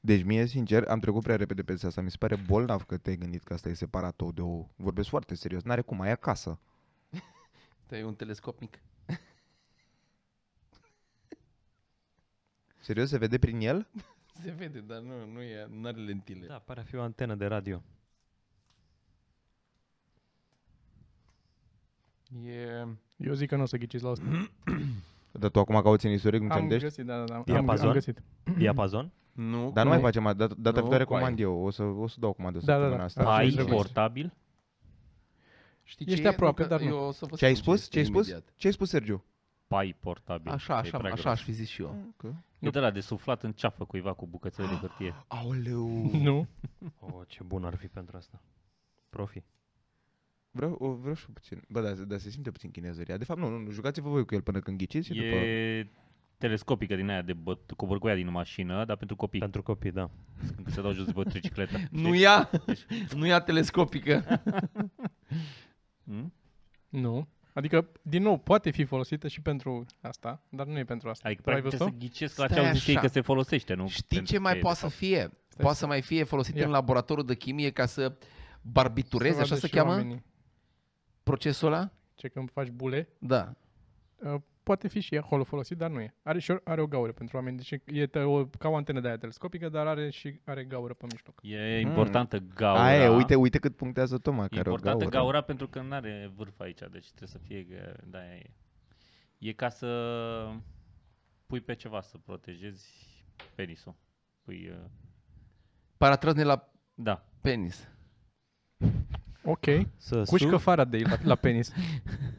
Speaker 2: Deci mie, sincer, am trecut prea repede pe asta. Mi se pare bolnav că te-ai gândit că asta e separat tău de o... Vorbesc foarte serios. N-are cum, ai acasă.
Speaker 3: Te un telescop mic.
Speaker 2: Serios, se vede prin el?
Speaker 3: Se vede, dar nu, nu e, nu are lentile.
Speaker 4: Da, pare a fi o antenă de radio.
Speaker 3: E...
Speaker 5: Eu zic că nu o să ghiciți la
Speaker 3: Mhm.
Speaker 5: asta.
Speaker 2: Dar tu acum cauți în istoric, nu te
Speaker 5: Am
Speaker 2: amintești?
Speaker 5: găsit, da, da, da. am- Am,
Speaker 4: Diapazon?
Speaker 5: am găsit.
Speaker 4: Diapazon?
Speaker 3: Nu,
Speaker 2: Dar nu mai
Speaker 3: e.
Speaker 2: facem asta. Data, data
Speaker 3: Nu,
Speaker 2: viitoare
Speaker 3: coaie.
Speaker 2: comand eu. O să, o să dau comandă
Speaker 5: Da, da,
Speaker 2: săptămâna
Speaker 5: da.
Speaker 2: asta.
Speaker 5: Așa
Speaker 1: Ai
Speaker 5: trebuie.
Speaker 1: portabil?
Speaker 3: Știi
Speaker 5: Ești
Speaker 3: e?
Speaker 5: aproape,
Speaker 3: că
Speaker 5: dar nu.
Speaker 3: Eu o să vă
Speaker 2: Ce ai
Speaker 3: spun
Speaker 2: spus?
Speaker 3: este
Speaker 2: Ce ai spus?
Speaker 3: imediat.
Speaker 2: Ce ai spus, Sergiu?
Speaker 1: Pai portabil.
Speaker 3: Așa,
Speaker 1: E
Speaker 3: așa,
Speaker 1: prea
Speaker 3: așa
Speaker 1: gros.
Speaker 3: aș fi zis și eu.
Speaker 2: Că...
Speaker 1: E de la de suflat în ceafă cuiva cu bucățele de hârtie.
Speaker 2: Aoleu!
Speaker 5: Nu?
Speaker 4: Oh, ce bun ar fi pentru asta. Profi.
Speaker 2: Vreau, o, vreau și eu puțin. Bă, dar da, se simte puțin chinezăria. De fapt, nu, nu, nu, jucați-vă voi cu el până când ghiciți și după...
Speaker 1: E telescopică din aia de băt, cobor cu aia din mașină, dar pentru copii,
Speaker 4: Pentru copii, da.
Speaker 1: când se dau jos de pe tricicletă.
Speaker 3: Nu ia, nu ia telescopică.
Speaker 1: Mm?
Speaker 5: Nu. Adică, din nou, poate fi folosită și pentru asta, dar nu e pentru asta.
Speaker 1: Adică
Speaker 5: Tu ai
Speaker 1: practic trebuie
Speaker 5: văzut-o?
Speaker 1: să ghicesc la
Speaker 3: Stai
Speaker 1: ce au zis ei
Speaker 3: așa.
Speaker 1: că se folosește, nu?
Speaker 3: Știi
Speaker 1: Pentru
Speaker 3: ce
Speaker 1: că
Speaker 3: mai
Speaker 1: e,
Speaker 3: poate
Speaker 1: de
Speaker 3: să
Speaker 1: fapt.
Speaker 3: fie? Poate să mai fie folosit
Speaker 5: Ia.
Speaker 3: în laboratorul de chimie ca să barbitureze,
Speaker 5: Să
Speaker 3: așa
Speaker 5: vadă
Speaker 3: se
Speaker 5: și
Speaker 3: cheamă
Speaker 5: oamenii.
Speaker 3: procesul ăla?
Speaker 5: Ce când faci bule,
Speaker 3: Da.
Speaker 5: uh, poate fi și acolo folosit, dar nu e. Are și o- are o gaură pentru oameni, deci e tă- o, ca o antenă de aia telescopică, dar are și are gaură pe mijloc.
Speaker 1: E importantă gaura.
Speaker 2: Aia e, uite, uite cât punctează Toma,
Speaker 1: E
Speaker 2: care o
Speaker 1: importantă
Speaker 2: gaură.
Speaker 1: gaura. gaura pentru că nu are vârf aici, deci trebuie să fie, da, e. E ca să pui pe ceva, să protejezi penisul. Pui, uh,
Speaker 3: Paratrazne la
Speaker 1: da,
Speaker 3: penis.
Speaker 5: Ok.
Speaker 4: Să,
Speaker 5: Cușcă
Speaker 4: suf,
Speaker 5: Faraday la, la penis.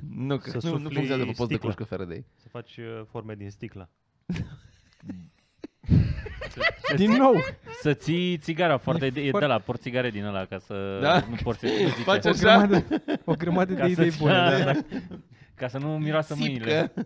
Speaker 3: Nu, că,
Speaker 4: Să
Speaker 3: nu, nu
Speaker 4: sufli
Speaker 3: funcționează pe post de
Speaker 4: sticla.
Speaker 3: cușcă Faraday.
Speaker 4: să faci uh, forme din sticlă.
Speaker 5: din nou!
Speaker 1: Să ții țigara foarte, e, de la, porți țigare din ăla ca să
Speaker 3: Da?
Speaker 1: nu porți cum zice,
Speaker 3: Faci
Speaker 5: O
Speaker 3: așa?
Speaker 5: grămadă, o grămadă
Speaker 1: ca
Speaker 5: de
Speaker 1: să,
Speaker 5: idei bune. Da, da.
Speaker 1: ca să nu miroasă mâinile
Speaker 3: Sipcă.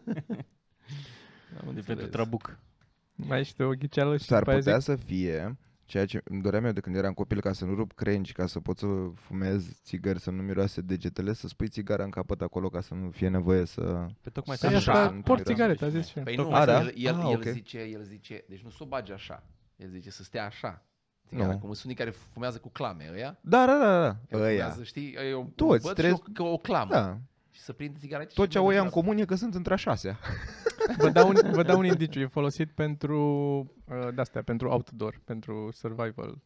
Speaker 1: de pentru
Speaker 3: înțeles.
Speaker 1: trabuc.
Speaker 5: Mai ești o ghiceală și
Speaker 2: S-ar
Speaker 5: după aia
Speaker 2: putea
Speaker 5: zic,
Speaker 2: să fie ceea ce îmi doream eu de când eram copil ca să nu rup crengi, ca să pot să fumez țigări, să nu miroase degetele, să spui țigara în capăt acolo ca să nu fie nevoie să...
Speaker 4: Pe tocmai
Speaker 5: "Păi
Speaker 4: s-a
Speaker 5: asta,
Speaker 4: mișcat.
Speaker 2: nu te
Speaker 5: Porți
Speaker 2: miroase
Speaker 5: țigareta, a zis și
Speaker 3: Păi
Speaker 5: tot-
Speaker 3: nu,
Speaker 2: A, da?
Speaker 3: el, el,
Speaker 2: Ah,
Speaker 3: el,
Speaker 2: ok.
Speaker 3: zice, el zice, deci nu să o bagi așa. El zice să stea așa. Țigara,
Speaker 2: Nu.
Speaker 3: Cum sunt unii care fumează cu clame, ăia?
Speaker 2: Da, da, da, da,
Speaker 3: Care
Speaker 2: ăia.
Speaker 3: Fumează, știi, eu un
Speaker 2: Toți,
Speaker 3: băț și
Speaker 2: trebuie-
Speaker 3: o- că o clamă.
Speaker 2: Da,
Speaker 3: Și să prinde țigara
Speaker 2: tot ce au ăia în comun e că sunt între a șasea.
Speaker 5: Vă dau, un, vă dau un indiciu, e folosit pentru uh, de-astea, pentru outdoor, pentru survival.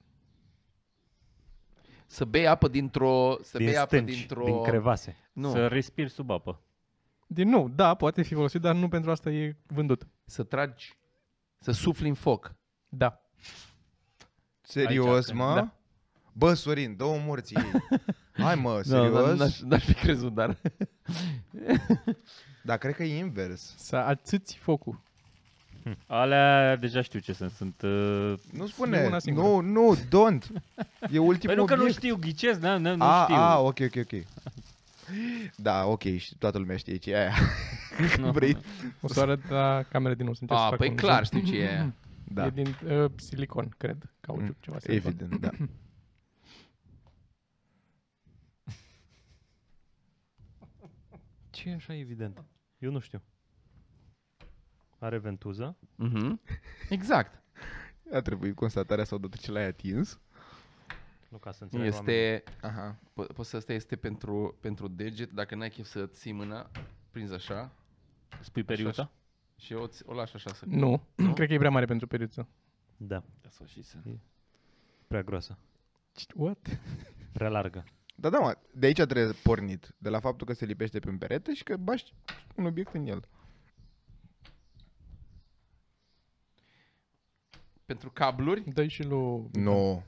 Speaker 3: Să bei apă dintr-o... Să
Speaker 4: Din
Speaker 3: bei apă
Speaker 4: stânci,
Speaker 3: dintr-o...
Speaker 4: din crevase.
Speaker 3: nu,
Speaker 1: Să
Speaker 3: să...
Speaker 1: respiri sub apă.
Speaker 5: Din nou, da, poate fi folosit, dar nu pentru asta e vândut.
Speaker 3: să tragi... Să sufli în foc.
Speaker 5: Da.
Speaker 2: Serios,
Speaker 1: Aici,
Speaker 2: mă?
Speaker 1: da.
Speaker 2: Bă, Sorin, dă o morții ei. Hai mă,
Speaker 3: Da,
Speaker 2: serios?
Speaker 3: n-aș, n-aș fi crezut, dar...
Speaker 2: Dar cred că e invers.
Speaker 5: Să ațâți focul.
Speaker 1: Alea deja știu ce sunt, sunt... Uh...
Speaker 2: Nu
Speaker 5: E
Speaker 2: spune.
Speaker 5: una singură.
Speaker 2: Nu, nu, don't. E ultimul
Speaker 1: Păi nu că nu
Speaker 2: obiect.
Speaker 1: știu, ghicesc, da, nu, nu
Speaker 2: a,
Speaker 1: știu.
Speaker 2: a, ok, ok, ok. Da, ok, și toată lumea știe ce e aia.
Speaker 1: Nu.
Speaker 2: Vrei?
Speaker 5: O să arăt la camera din nou. să încerc să
Speaker 3: A,
Speaker 5: fac
Speaker 3: păi
Speaker 5: un Mm-hmm.
Speaker 3: clar,
Speaker 5: zoom.
Speaker 3: știu ce e.
Speaker 2: Da,
Speaker 5: E din uh, silicon, cred. Cauciuc,
Speaker 2: Mm,
Speaker 5: ceva silicon.
Speaker 2: evident, da.
Speaker 4: Ce e așa evident? Eu nu știu. Are ventuză.
Speaker 3: Mhm. Exact.
Speaker 2: A trebuit constatarea sau odată ce l-ai atins.
Speaker 4: Nu ca să înțeleg oamenii.
Speaker 3: Este...
Speaker 2: Aha.
Speaker 3: Po- Poți să asta este pentru, pentru deget, dacă n-ai chef să ții mâna, prinzi așa
Speaker 1: Spui periuța?
Speaker 3: și eu ți- o lași așa să...
Speaker 5: Nu, cred că e prea mare pentru periuță.
Speaker 4: Da,
Speaker 1: Așa.
Speaker 4: prea groasă.
Speaker 5: What?
Speaker 4: Prea largă.
Speaker 2: Da, da, mă, de aici trebuie pornit. De la faptul că se lipește pe un perete și că bași un obiect în el.
Speaker 3: Pentru cabluri?
Speaker 5: Dă-i și lui...
Speaker 2: No.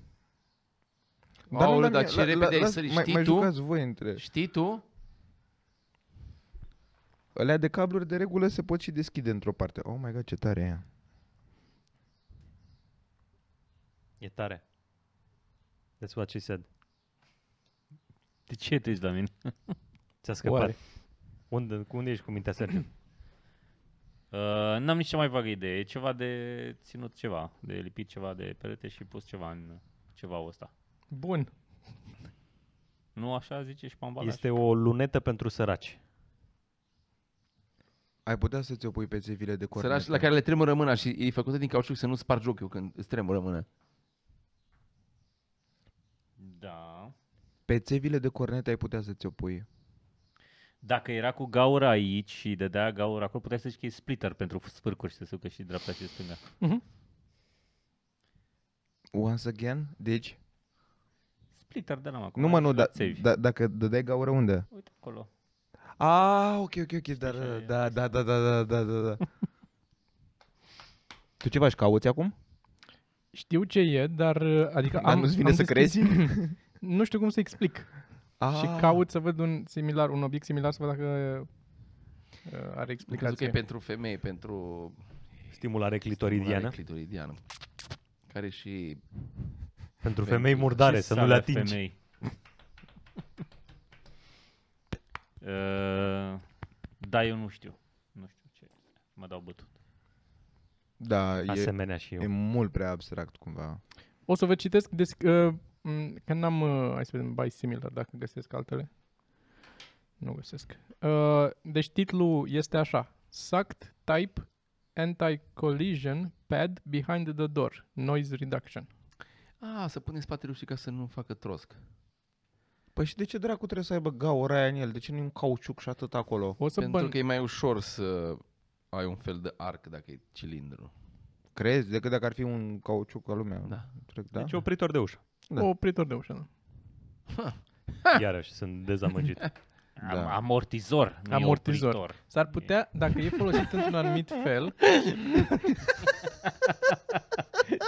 Speaker 3: Aoleu, dar ce repede ai
Speaker 2: las-
Speaker 3: sărit,
Speaker 2: mai,
Speaker 3: știi
Speaker 2: mai
Speaker 3: tu?
Speaker 2: jucați voi între...
Speaker 3: Știi tu?
Speaker 2: Alea de cabluri de regulă se pot și deschide într-o parte. Oh my god, ce tare e aia.
Speaker 4: E tare. That's what she said.
Speaker 1: De ce te uiți la mine?
Speaker 4: Ți-a scăpat.
Speaker 5: Oare?
Speaker 4: Unde, cu unde ești cu mintea, Sergiu?
Speaker 1: Uh, n-am nici cea mai vagă idee, e ceva de ținut ceva, de lipit ceva de perete și pus ceva în ceva ăsta.
Speaker 5: Bun.
Speaker 1: Nu așa zice și pe ambalaj?
Speaker 4: este o lunetă pentru săraci.
Speaker 2: Ai putea să ți-o pui pe țevile de cornetă.
Speaker 3: Săraci la care le tremură mâna și e făcută din cauciuc să nu spargi ochiul când îți tremură mâna.
Speaker 1: Da.
Speaker 2: Pe țevile de cornete ai putea să ți-o pui.
Speaker 1: Dacă era cu gaura aici și dădea gaura acolo, puteai să zici că e splitter pentru spârcuri și să se ducă și dreapta și stânga.
Speaker 2: Once again? Deci?
Speaker 1: Splitter de la acolo.
Speaker 2: Nu mă, nu,
Speaker 1: și la
Speaker 2: da,
Speaker 1: țevi.
Speaker 2: da, dacă dădeai gaură unde?
Speaker 1: Uite acolo.
Speaker 2: Ah, ok, ok, ok, da,
Speaker 1: așa e,
Speaker 2: da, da, da, da, da, da, da, da. tu ce faci, cauți acum?
Speaker 5: Știu ce e, dar adică
Speaker 2: Dar
Speaker 5: am,
Speaker 2: nu-ți vine
Speaker 5: am
Speaker 2: să
Speaker 5: deschis-
Speaker 2: crezi?
Speaker 5: Nu știu cum să explic. Ah. Și caut să văd un similar, un obiect similar să văd dacă uh, are
Speaker 3: Am crezut că e
Speaker 5: explicație.
Speaker 3: pentru femei, pentru
Speaker 4: Stimulare
Speaker 3: Stimulare
Speaker 4: clitoridiană.
Speaker 3: clitoridiană. Care și
Speaker 4: Pentru
Speaker 3: Ventil.
Speaker 4: femei murdare,
Speaker 1: Ce
Speaker 4: să nu
Speaker 1: sale
Speaker 4: le atingi.
Speaker 1: Femei. Uh, da, eu nu știu. Nu știu ce. Mă dau bătut.
Speaker 2: Da, e,
Speaker 4: Asemenea și
Speaker 2: e
Speaker 4: eu.
Speaker 2: mult prea abstract cumva.
Speaker 5: O să vă citesc, des, uh, m, că n-am, uh, hai să vedem, by similar, dacă găsesc altele. Nu găsesc. Uh, deci titlul este așa. Sucked Type Anti-Collision Pad Behind the Door. Noise Reduction.
Speaker 3: A, să pune în spate rușii ca să nu facă trosc.
Speaker 2: Păi și de ce dracu trebuie să aibă gaura aia în el? De ce nu e un cauciuc și atât acolo?
Speaker 5: O să
Speaker 3: Pentru
Speaker 5: băn...
Speaker 3: că e mai ușor să ai un fel de arc dacă e cilindru.
Speaker 2: Crezi? Decât dacă ar fi un cauciuc ca lumea.
Speaker 3: Da.
Speaker 2: Trec, da?
Speaker 4: Deci opritor de ușă.
Speaker 2: da.
Speaker 5: O opritor de ușă. da.
Speaker 4: Iarăși sunt dezamăgit.
Speaker 1: Am,
Speaker 2: Da.
Speaker 1: Amortizor. Nu
Speaker 5: Amortizor.
Speaker 1: E opritor.
Speaker 5: S-ar putea, dacă e folosit într-un anumit fel,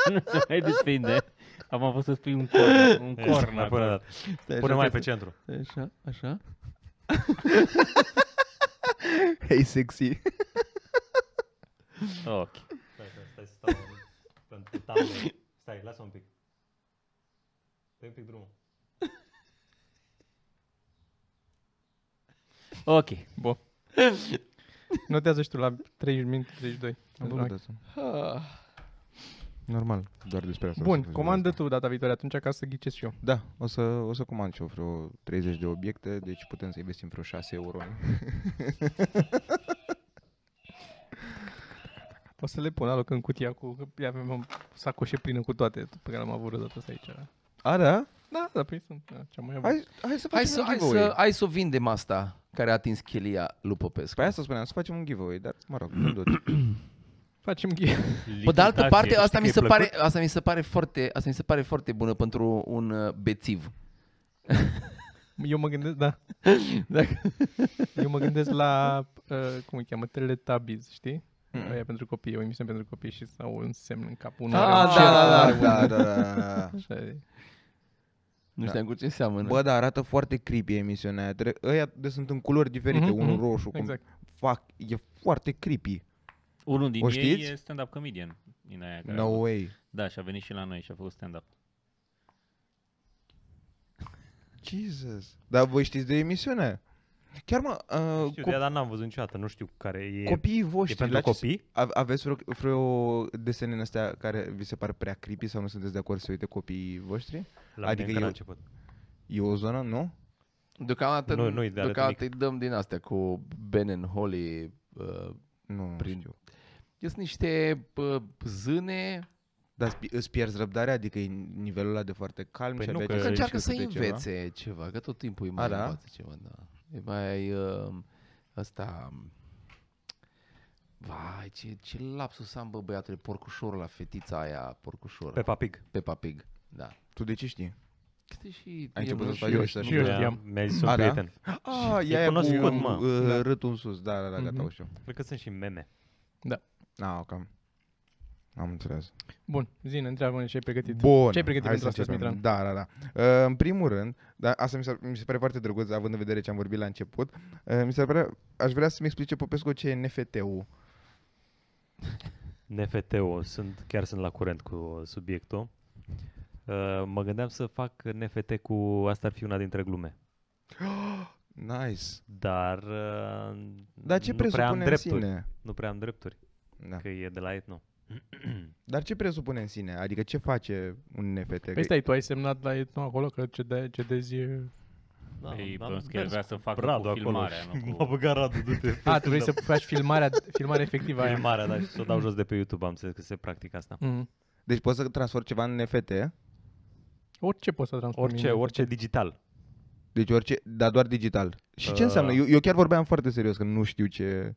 Speaker 1: nu se mai desprinde. Am avut să spui un corn. Un corn
Speaker 4: Corna,
Speaker 1: acolo.
Speaker 4: până Pune mai pe centru.
Speaker 3: Așa, așa.
Speaker 2: Hey sexy.
Speaker 1: Ok.
Speaker 4: Stai, stai, stai, stai, pentru tablet. Stai, lasă un pic. Dă un pic drumul.
Speaker 1: Ok.
Speaker 5: Bun. Notează și tu la 30 minute, 32.
Speaker 2: Normal, doar despre asta. o să
Speaker 5: Bun,
Speaker 2: vorbesc.
Speaker 5: comandă tu data viitoare atunci ca să ghicesc și eu.
Speaker 2: Da, o să, o să comand și eu vreo 30 de obiecte, deci putem să investim vreo 6 euro.
Speaker 5: O să le pun aloc în cutia cu... Că avem o sacoșe plină cu toate pe care l-am avut odată aici.
Speaker 2: A, da?
Speaker 5: Da, da, păi sunt. Da, ce-am mai avut.
Speaker 2: Hai, hai să facem
Speaker 3: Hai să,
Speaker 2: un
Speaker 3: hai,
Speaker 2: giveaway.
Speaker 3: să, hai să Păi o vindem asta care a atins chelia lui Popescu.
Speaker 2: Păi asta spuneam, să facem un giveaway, dar mă rog, nu tot.
Speaker 5: Facem ghi-
Speaker 3: Pe de altă
Speaker 1: Licitație.
Speaker 3: parte, asta
Speaker 4: că
Speaker 3: mi,
Speaker 4: e
Speaker 3: se pare,
Speaker 4: plăcut?
Speaker 3: asta mi se pare foarte, asta mi se pare foarte bună pentru un uh, bețiv.
Speaker 5: Eu mă gândesc, da.
Speaker 3: Dacă-
Speaker 5: Eu mă gândesc la, uh, cum îi cheamă, Teletabiz, știi? Aia pentru copii, o emisiune pentru copii și sau un semn în cap. Unul are un cer,
Speaker 2: da,
Speaker 5: are un-
Speaker 2: da, da, da, da.
Speaker 5: Așa e.
Speaker 4: Da.
Speaker 3: Nu știam cu ce seamănă.
Speaker 2: Bă, dar arată foarte creepy emisiunea aia. Tre- Ăia de sunt în culori diferite,
Speaker 5: Mhm,
Speaker 2: unul
Speaker 5: mhm,
Speaker 2: roșu, cum
Speaker 5: Exact.
Speaker 2: fac, e foarte creepy.
Speaker 1: Unul din
Speaker 2: O
Speaker 1: ei
Speaker 2: știți?
Speaker 1: e stand-up comedian. Din aia care
Speaker 2: No way.
Speaker 1: Da, și a venit și la noi și a făcut stand-up.
Speaker 2: Jesus. Dar voi știți de emisiune? Chiar mă, uh,
Speaker 4: Știu,
Speaker 2: co-
Speaker 4: de dar n-am văzut niciodată, nu știu care e.
Speaker 2: copiii
Speaker 4: e
Speaker 2: voștri.
Speaker 4: pentru
Speaker 2: la ce-
Speaker 4: copii?
Speaker 2: A- Aveți vreo, vreo desene în astea care vi se par prea creepy sau nu sunteți de acord să uite copiii voștri?
Speaker 4: La
Speaker 2: Adică
Speaker 4: adică mine eu...
Speaker 2: eu-
Speaker 4: la început.
Speaker 2: E o zonă, nu?
Speaker 3: Deocamdată,
Speaker 4: Nu,
Speaker 3: nu,
Speaker 4: nu-i de arătat
Speaker 3: deocamdată îi dăm din astea cu Ben and Holly. Uh,
Speaker 2: Nu
Speaker 3: Prin-
Speaker 2: știu.
Speaker 3: sunt niște uh, zâne
Speaker 2: Dar spi- îți pierzi răbdarea, adică e nivelul ăla de foarte calm
Speaker 4: Păi
Speaker 2: și
Speaker 4: nu,
Speaker 2: abia
Speaker 4: că-
Speaker 2: ce
Speaker 3: Că
Speaker 4: Că
Speaker 3: încearcă să
Speaker 2: știi câte ceva.
Speaker 3: învețe ceva. că tot timpul îi mai
Speaker 2: A, da?
Speaker 3: învață ceva, da. E mai uh, ăsta... um, Vai, ce, ce lapsus am, bă, băiatule, porcușorul la fetița aia, porcușor,
Speaker 4: Pe
Speaker 3: Pe
Speaker 4: papig.
Speaker 3: Peppa Pig, da.
Speaker 2: Tu de ce știi?
Speaker 3: Câte și
Speaker 2: Ai început
Speaker 3: eu-
Speaker 2: să faci
Speaker 3: eu-
Speaker 2: research.
Speaker 5: Și eu
Speaker 4: Mi-a-
Speaker 5: știam.
Speaker 4: Mi-a zis un
Speaker 2: A, da?
Speaker 4: prieten.
Speaker 2: Ah,
Speaker 4: E
Speaker 2: e aia
Speaker 4: cunoscut,
Speaker 2: cu
Speaker 4: mă.
Speaker 2: uh,
Speaker 5: Da.
Speaker 2: râtul în sus, da, da, da, gata,
Speaker 5: Mhm.
Speaker 2: o știu.
Speaker 4: Cred că sunt și meme.
Speaker 5: Da.
Speaker 2: Ah, cam. Am înțeles.
Speaker 5: Bun, zine, întreabă ce ai pregătit.
Speaker 2: Bun.
Speaker 5: Ce ai pregătit
Speaker 2: hai
Speaker 5: pentru
Speaker 2: să
Speaker 5: astăzi,
Speaker 2: începem.
Speaker 5: Mitran?
Speaker 2: Da, da, da. Uh, în primul rând, da, asta mi, s-ar, mi se pare foarte drăguț, având în vedere ce am vorbit la început, uh, mi se pare, aș vrea să-mi explice Popescu ce e NFT-ul.
Speaker 4: NFT-ul, sunt, chiar sunt la curent cu subiectul. Uh, mă gândeam să fac NFT cu asta ar fi una dintre glume.
Speaker 2: Nice.
Speaker 4: Dar uh,
Speaker 2: Dar ce
Speaker 4: nu prea am
Speaker 2: presupune în
Speaker 4: drepturi.
Speaker 2: sine?
Speaker 4: Nu prea am drepturi,
Speaker 2: Da.
Speaker 4: că e de la etno.
Speaker 2: Dar ce presupune în sine? Adică ce face un NFT?
Speaker 5: Păi stai, tu ai semnat la etno acolo că cede, cedezi... e-
Speaker 1: Da, păi,
Speaker 4: am
Speaker 1: da, că
Speaker 4: mers
Speaker 1: vrea să facă
Speaker 4: Radu
Speaker 1: cu
Speaker 4: acolo.
Speaker 1: filmarea, nu
Speaker 4: M-a
Speaker 1: cu...
Speaker 4: băgat Radu, du-te.
Speaker 5: A, Ah, tu vrei să faci filmarea, filmarea efectivă aia.
Speaker 4: Filmarea, da, și să o dau
Speaker 5: Mm.
Speaker 4: jos de pe YouTube, am înțeles că se practică asta.
Speaker 5: Mhm.
Speaker 2: Deci poți să transformi ceva în NFT?
Speaker 5: Orice poți să transformi.
Speaker 4: Orice,
Speaker 5: în-
Speaker 4: orice digital.
Speaker 2: Deci orice, dar doar digital. Și ce înseamnă?
Speaker 4: Ah.
Speaker 2: Eu, eu chiar vorbeam foarte serios că nu știu ce...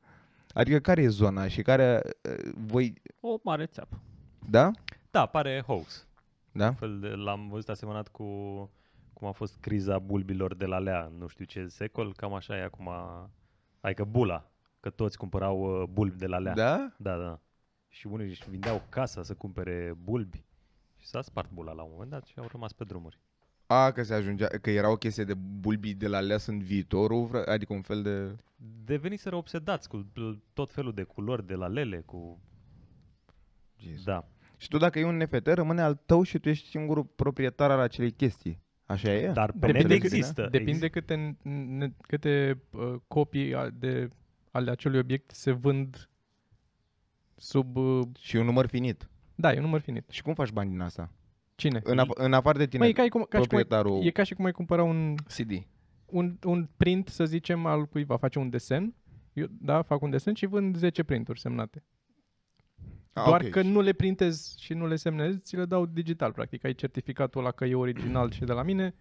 Speaker 2: Adică care e zona și care... uh, Voi...
Speaker 1: O mare țeapă.
Speaker 2: Da?
Speaker 4: Da, pare hoax.
Speaker 2: Da?
Speaker 4: Fel de, l-am văzut asemănat cu cum a fost criza bulbilor de la lea, în nu știu ce secol, cam așa e acum, adică bula, că toți cumpărau uh, bulbi de la lea.
Speaker 2: Da?
Speaker 4: Da, da. Și unii își vindeau casa să cumpere bulbi și s-a spart bula la un moment dat și au rămas pe drumuri.
Speaker 2: A, că se ajungea... Că era o chestie de bulbii de la leas în viitorul, vră- adică un fel de...
Speaker 4: Deveniseră obsedați cu uh, tot felul de culori de la lele, cu...
Speaker 2: Jesus.
Speaker 4: Da.
Speaker 2: Și tu dacă e un NFT, rămâne al tău și tu ești singurul proprietar al acelei chestii. Așa e?
Speaker 4: Dar pe
Speaker 5: Depinde
Speaker 4: net
Speaker 5: cât-
Speaker 4: există.
Speaker 5: Depinde câte, ne, câte uh, copii a- de, ale acelui obiect se vând sub... Uh,
Speaker 2: Și e un număr finit.
Speaker 5: da, e un număr finit.
Speaker 2: Și cum faci bani din asta?
Speaker 5: Cine?
Speaker 2: În, af- în afară de tine,
Speaker 5: Mă, Păi e, ca, și cum, ca și cum, ai-
Speaker 2: proprietarul...
Speaker 5: e ca și cum ai cumpăra un,
Speaker 3: CD.
Speaker 5: un, un print, să zicem, al cuiva. Face un desen, eu, da, fac un desen și vând 10 printuri semnate.
Speaker 2: Ah,
Speaker 5: Doar
Speaker 2: ok.
Speaker 5: că nu le printez și nu le semnez, ți le dau digital, practic. Ai certificatul ăla că e original și de la mine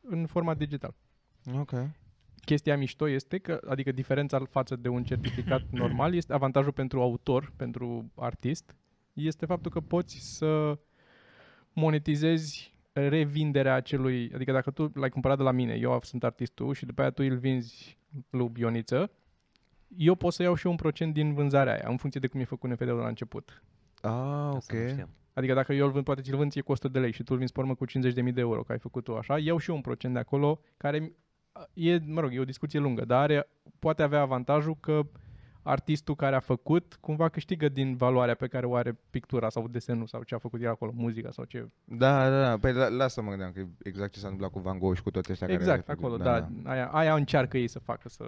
Speaker 5: în format digital.
Speaker 2: Ok.
Speaker 5: Chestia mișto este că, adică diferența față de un certificat normal, este avantajul pentru autor, pentru artist, este faptul că poți să monetizezi revinderea acelui, adică dacă tu l-ai cumpărat de la mine, eu sunt artistul și după aia tu îl vinzi lui Ioniță, eu pot să iau și eu un procent din vânzarea aia, în funcție de cum e făcut NFT-ul de la început.
Speaker 2: Ah,
Speaker 4: Asta nu
Speaker 2: ok.
Speaker 4: știam.
Speaker 5: Adică dacă eu îl vând, poate ți-l vând, ție cu 100 de lei și tu îl vinzi pe urmă cu 50.000 de euro, că ai făcut tu așa, iau și eu un procent de acolo, care e, mă rog, e o discuție lungă, dar are, poate avea avantajul că artistul care a făcut cumva câștigă din valoarea pe care o are pictura sau desenul sau ce a făcut el acolo, muzica sau ce.
Speaker 2: Da, da, da. Păi la, lasă mă gândeam că e exact ce s-a întâmplat cu Van Gogh și cu toți ăștia care...
Speaker 5: Exact, acolo, da, da. Aia, aia încearcă ei să facă, să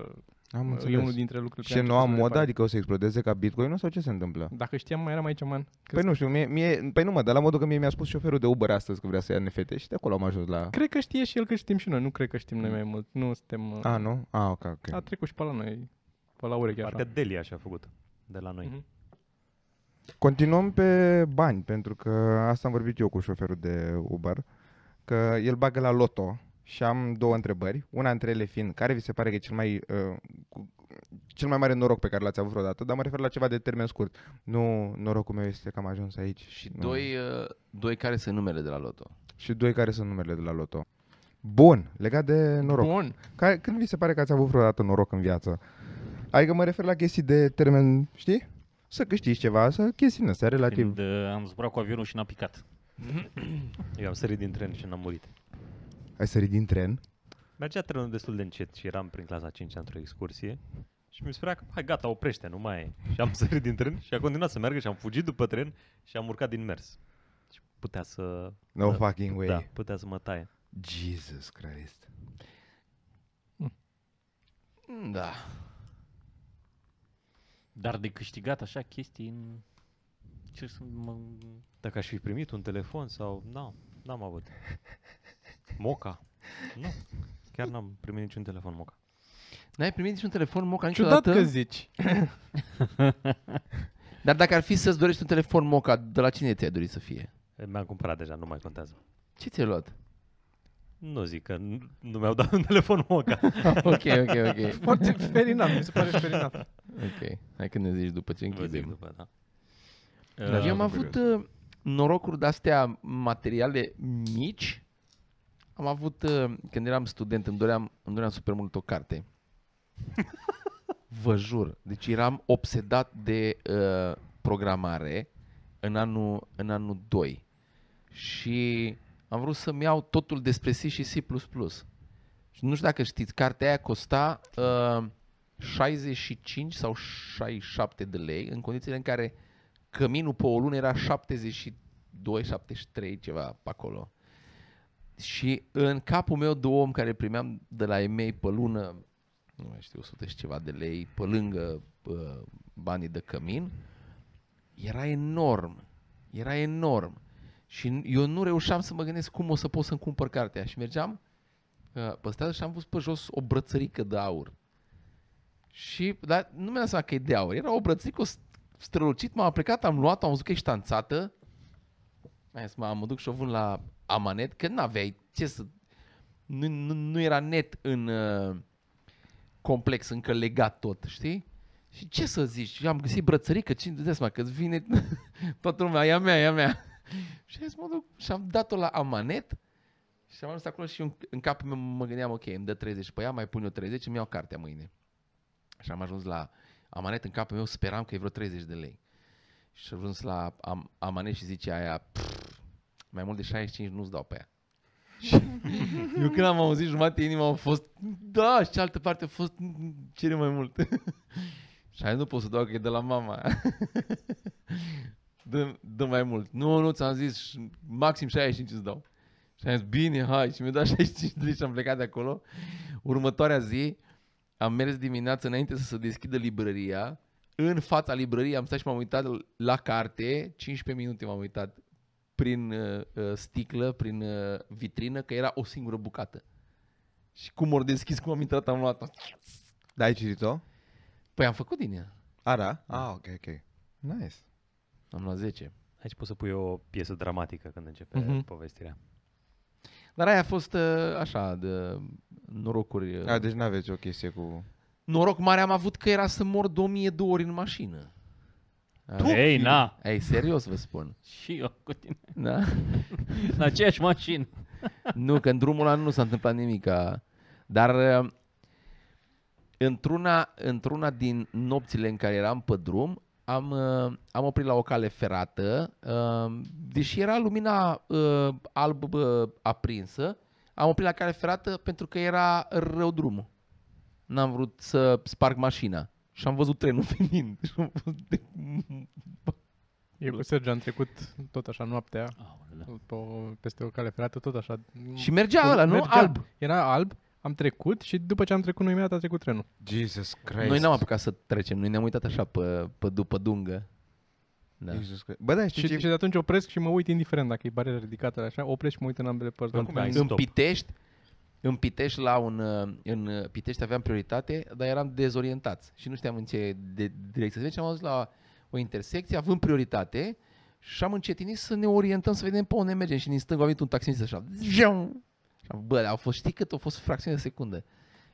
Speaker 2: Am
Speaker 5: e unul
Speaker 2: înțeles.
Speaker 5: dintre lucrurile
Speaker 2: Și
Speaker 5: care
Speaker 2: noua
Speaker 5: încearcă să le
Speaker 2: modă,
Speaker 5: facă.
Speaker 2: adică o să explodeze ca bitcoin sau ce se întâmplă?
Speaker 5: Dacă știam, mai eram aici, man.
Speaker 2: Păi nu știu, mie, mie, păi nu mă, dar la modul că mie mi-a spus șoferul de Uber astăzi că vrea să ia NFT și de acolo am ajuns la...
Speaker 5: Cred că știe și el că știm și noi, nu cred că știm noi mai mult. Nu suntem... uh,
Speaker 2: A, nu? A, ok,
Speaker 5: A
Speaker 2: Ah, ok.
Speaker 5: trecut și pe la noi, pe la ureche așa.
Speaker 4: Parcă Delia așa a făcut de la noi.
Speaker 5: Mhm.
Speaker 2: Continuăm pe bani, pentru că asta am vorbit eu cu șoferul de Uber, că el bagă la loto și am două întrebări, una dintre ele fiind, care vi se pare că e cel mai, uh, cu, cel mai mare noroc pe care l-ați avut vreodată, dar mă refer la ceva de termen scurt. Nu, norocul meu este că am ajuns aici.
Speaker 3: Și
Speaker 2: Nu.
Speaker 3: doi, uh, doi care sunt numele de la loto.
Speaker 2: Și doi care sunt numele de la loto. Bun, legat de noroc.
Speaker 5: Bun.
Speaker 2: Care, când vi se pare că ați avut vreodată noroc în viață? Adică mă refer la chestii de termen, știi? Să câștigi ceva, să chestii în astea relativ.
Speaker 1: Când uh, am zburat cu avionul și n-a picat.
Speaker 4: Eu am sărit din tren și n-am murit.
Speaker 2: Ai sărit din tren?
Speaker 4: Mergea trenul destul de încet și eram prin clasa 5 într-o excursie și mi se părea că, hai gata, oprește, nu mai e. Și am sărit din tren și a continuat să meargă și am fugit după tren și am urcat din mers. Și putea să...
Speaker 2: No
Speaker 4: da,
Speaker 2: fucking way.
Speaker 4: Da, putea să mă taie.
Speaker 2: Jesus Christ.
Speaker 3: Mm, Da.
Speaker 1: Dar de câștigat așa chestii în... Ce să mă...
Speaker 4: Dacă aș fi primit un telefon sau... Nu, n-am avut. Moca? Nu, chiar n-am primit niciun telefon Moca.
Speaker 3: N-ai primit niciun telefon moca
Speaker 5: Ciudat
Speaker 3: niciodată?
Speaker 5: că zici.
Speaker 3: Dar dacă ar fi să-ți dorești un telefon moca, de la cine ți-ai dorit să fie?
Speaker 4: E, Mi-am cumpărat deja, nu mai contează.
Speaker 3: Ce ți-ai luat?
Speaker 4: Nu zic că nu, nu mi-au dat un telefon Moca.
Speaker 3: ok, ok, ok.
Speaker 5: Foarte ferinat, mi se pare ferinat.
Speaker 3: Ok. Hai că ne zici după ce
Speaker 4: Vă zic
Speaker 3: închidem.
Speaker 4: după, da.
Speaker 1: Uh,
Speaker 3: Eu am avut uh, norocuri de-astea materiale mici. Am avut, uh, când eram student, îmi doream, îmi doream super mult o carte. Vă jur. Deci eram obsedat de uh, programare în anul, în anul 2. Și am vrut să-mi iau totul despre C și C++. Și nu știu dacă știți, cartea aia costa uh, 65 sau 67 de lei în condițiile în care căminul pe o lună era 72, 73, ceva pe acolo. Și în capul meu de om care primeam de la EMEI pe lună, nu mai știu, 100 și ceva de lei, pe lângă uh, banii de cămin, era enorm. Era enorm. Și eu nu reușeam să mă gândesc cum o să pot să-mi cumpăr cartea. Și mergeam uh, pe stradă și am pus pe jos o brățărică de aur. Și, dar nu mi-am dat seama că e de aur. Era o brățică strălucit, m-am plecat, am luat-o, am văzut că e ștanțată. Am zis, mă, mă duc și o vând la amanet, că n-aveai ce să... Nu, nu, nu era net în uh, complex, încă legat tot, știi? Și ce să zici? Eu am găsit brățărică, cine de seama că îți vine toată lumea, ea mea, ea mea. Și am zis, mă duc și am dat-o la amanet și am ajuns acolo și în, în capul meu mă gândeam, ok, îmi dă 30 pe ea, mai pun eu 30, îmi iau cartea mâine. Și am ajuns la amanet în capul meu, speram că e vreo 30 de lei. Și am ajuns la am, amanet și zice aia, "Pff, mai mult de 65 nu-ți dau pe ea. Și eu când am auzit jumate inima a fost, da, și cealaltă parte a fost, cere mai mult. și aia nu pot să dau că e de la mama. dă, dă mai mult. Nu, nu, ți-am zis, ș- maxim 65 îți dau. Și am zis, bine, hai. Și mi-a dat 65 de lei și am plecat de acolo. Următoarea zi, am mers dimineața înainte să se deschidă librăria. În fața librăriei am stat și m-am uitat la carte. 15 minute m-am uitat prin uh, uh, sticlă, prin uh, vitrină, că era o singură bucată. Și cum ori deschis, cum am intrat, am luat-o.
Speaker 2: Da, ai citit-o?
Speaker 3: Păi am făcut din ea.
Speaker 2: A, da? Ah, ok, ok. Nice.
Speaker 3: Am luat 10.
Speaker 4: Aici poți să pui o piesă dramatică când începe
Speaker 3: Mhm.
Speaker 4: uh-huh. povestirea.
Speaker 3: Dar aia a fost uh, așa, de norocuri. uh,
Speaker 2: A, deci n-aveți o chestie cu...
Speaker 3: Noroc mare am avut că era să mor de 1000 de ori în mașină.
Speaker 1: Ei, na!
Speaker 3: Da. Ei, serios vă spun.
Speaker 1: Și eu cu tine.
Speaker 3: Da?
Speaker 1: În aceeași mașină.
Speaker 3: nu, că în drumul ăla nu s-a întâmplat nimic. Dar uh, într-una, într-una din nopțile în care eram pe drum, am, uh, am oprit la o cale ferată, uh, deși era lumina uh, alb uh, aprinsă, am oprit la cale ferată pentru că era rău drumul. N-am vrut să sparg mașina și am văzut trenul venind. Și am fost de...
Speaker 5: Eu cu Sergiu am trecut tot așa noaptea
Speaker 1: Aoleu.
Speaker 5: pe, o- peste o cale ferată, tot așa.
Speaker 3: Ah. Și mergea ăla, nu? Alb.
Speaker 5: Era alb, am trecut și după ce am trecut noi imediat a trecut trenul.
Speaker 2: Jesus Christ.
Speaker 3: Noi n-am apucat să trecem, noi ne-am uitat așa pe, pe după dungă. Da.
Speaker 2: Jesus Christ. Bă, da,
Speaker 5: Și, și
Speaker 2: știi ce...
Speaker 5: de atunci opresc și mă uit indiferent dacă e bariera ridicată așa, opresc și mă uit în ambele părți.
Speaker 4: În
Speaker 5: Acum
Speaker 4: Hai,
Speaker 3: în
Speaker 4: stop.
Speaker 3: Pitești, în Pitești la un uh, în uh, Pitești aveam prioritate, dar eram dezorientați și nu știam în ce de, direcție să mergem. Am ajuns la o intersecție având prioritate și am încetinit să ne orientăm, să vedem pe unde mergem și din stânga a venit un taxist așa. Zium! Și am- Bă, au fost, știi cât? Au fost fracțiune de secundă.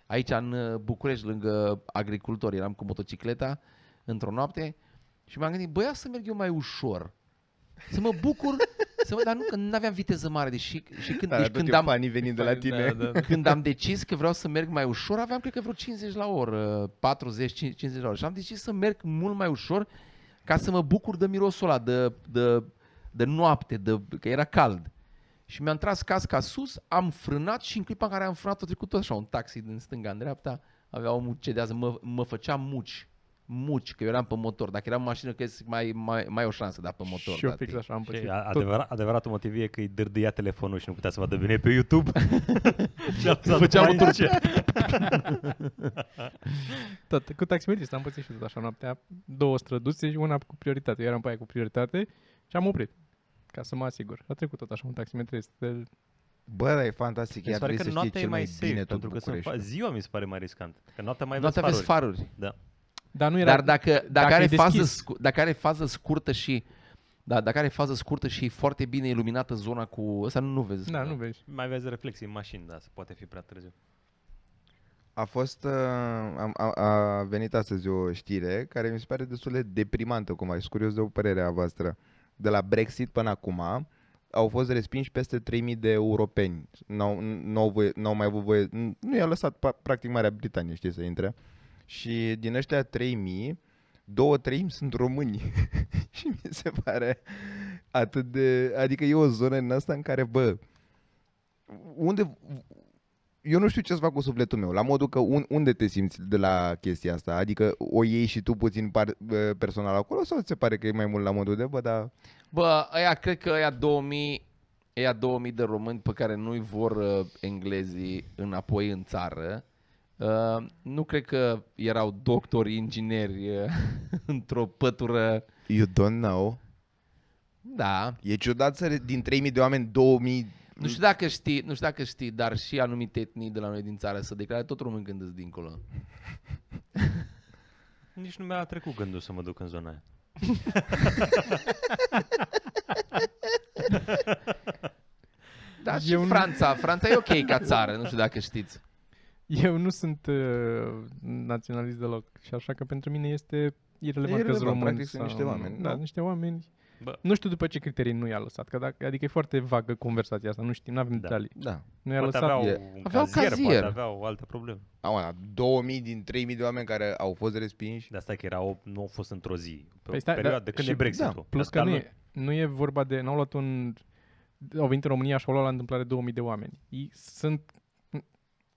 Speaker 3: Aici în uh, București, lângă agricultori, eram cu motocicleta într-o noapte și m-am gândit, băia să merg eu mai ușor. Să mă bucur, să mă, dar nu că nu aveam viteză mare, deși și când,
Speaker 2: Da,
Speaker 3: deci
Speaker 2: tot
Speaker 3: când
Speaker 2: e
Speaker 3: am,
Speaker 2: fanii venind de la tine.
Speaker 5: Da, da, da.
Speaker 3: când am decis că vreau să merg mai ușor, aveam cred că vreo 50 la oră, 40, 50 50 la oră. Și am decis să merg mult mai ușor ca să mă bucur de mirosul ăla, de, de, de noapte, de, că era cald. Și mi-am tras casca sus, am frânat și în clipa în care am frânat a trecut tot așa un taxi din stânga în dreapta, avea omul cedează, mă, mă făcea muci muci, că eu eram pe motor. Dacă eram în mașină, că este mai, mai, mai ai o șansă, dar pe motor.
Speaker 5: și eu
Speaker 3: da,
Speaker 5: fix
Speaker 3: te-
Speaker 5: așa am
Speaker 4: Și
Speaker 5: pățit.
Speaker 4: a- adevărat, adevăratul motiv e că îi dârdâia telefonul și nu putea să vadă bine pe YouTube. și a lăsat
Speaker 3: Făcea
Speaker 4: mai
Speaker 3: un
Speaker 4: încerc.
Speaker 5: Tot, cu taximetrist am pățit și tot așa noaptea. Două străduțe și una cu prioritate. Eu eram pe aia cu prioritate și am oprit ca să mă asigur. A trecut tot așa un taximetrist. El-
Speaker 2: Bă, dar e fantastic.
Speaker 4: Mi se
Speaker 2: Iar
Speaker 4: pare
Speaker 2: trebuie
Speaker 4: că
Speaker 2: să
Speaker 4: noaptea
Speaker 2: știi
Speaker 4: e
Speaker 2: cel mai
Speaker 4: mai
Speaker 2: bine
Speaker 4: safe,
Speaker 2: tot
Speaker 4: pentru că sunt
Speaker 2: București.
Speaker 4: fa- ziua mi se pare mai riscant. Că noaptea mai
Speaker 3: Noaptea
Speaker 4: vezi
Speaker 3: aveți
Speaker 4: faruri.
Speaker 3: faruri.
Speaker 4: Da.
Speaker 5: Dar nu era...
Speaker 3: Dar dacă, dacă,
Speaker 5: dacă
Speaker 3: are
Speaker 5: e
Speaker 3: fază,
Speaker 5: deschis.
Speaker 3: scu- dacă are fază scurtă și da, dacă are fază scurtă și e foarte bine iluminată zona cu ăsta nu, nu vezi.
Speaker 5: Da, nu vezi.
Speaker 4: Mai vezi reflexii în mașini, da, se poate fi prea târziu.
Speaker 2: A fost, uh, am- a, a, venit astăzi o știre care mi se pare destul de deprimantă, cum aș curios de o părere a voastră. De la Brexit până acum au fost respinși peste 3000 de europeni. N-au, n-au, voie, n-au mai avut voie, n- nu i-a lăsat pa- practic Marea Britanie, știi, să intre. Și din ăștia 3000, două treimi sunt români. și mi se pare atât de... Adică e o zonă în asta în care, bă, unde, eu nu știu ce să fac cu sufletul meu, la modul că un, unde te simți de la chestia asta? Adică o iei și tu puțin par, personal acolo sau ți se pare că e mai mult la modul de, bă, da, dar
Speaker 3: Bă, aia cred că aia 2000 Ea 2000 de români pe care nu-i vor uh, englezii înapoi în țară, uh, nu cred că erau doctori, ingineri uh, într-o pătură.
Speaker 2: you don't know.
Speaker 3: Da.
Speaker 2: E ciudat să re- din 3000 de oameni 2000
Speaker 3: Nu știu dacă știi, nu știu dacă știi, dar și anumite etnii de la noi din țară să declare tot român când îți dincolo.
Speaker 4: Nici nu mi-a trecut gândul să mă duc în zona aia.
Speaker 3: Da, și
Speaker 5: Eu nu-
Speaker 3: Franța. Franța e ok ca țară, nu știu dacă știți.
Speaker 5: Eu nu sunt uh, naționalist deloc și așa că pentru mine este irrelevant,
Speaker 2: E
Speaker 5: că sunt
Speaker 2: irelevant,
Speaker 5: români.
Speaker 2: practic sunt niște oameni,
Speaker 5: Da,
Speaker 2: da.
Speaker 5: niște oameni.
Speaker 4: Bă.
Speaker 5: Nu știu după ce criterii nu i-a lăsat, că dacă, adică e foarte vagă conversația asta, nu știm, nu avem
Speaker 4: Da.
Speaker 5: detalii.
Speaker 2: Da.
Speaker 5: Nu i-a
Speaker 4: Poate
Speaker 5: lăsat.
Speaker 4: aveau
Speaker 2: E-
Speaker 4: un
Speaker 3: Aveau
Speaker 4: cazier,
Speaker 3: cazier.
Speaker 4: poate aveau alte probleme.
Speaker 2: Am, da, 2000 din 3000 de oameni care au fost respinși.
Speaker 4: De asta că era o, nu au fost într-o zi, pe
Speaker 5: Păi stai,
Speaker 4: păi stai,
Speaker 5: da,
Speaker 4: perioadă, când
Speaker 2: și-
Speaker 4: e Brexit-ul.
Speaker 2: da,
Speaker 5: Plus
Speaker 4: Asta
Speaker 5: că nu e, nu e vorba de, n-au luat un, au venit în România și au luat la întâmplare 2000 de oameni. Ei sunt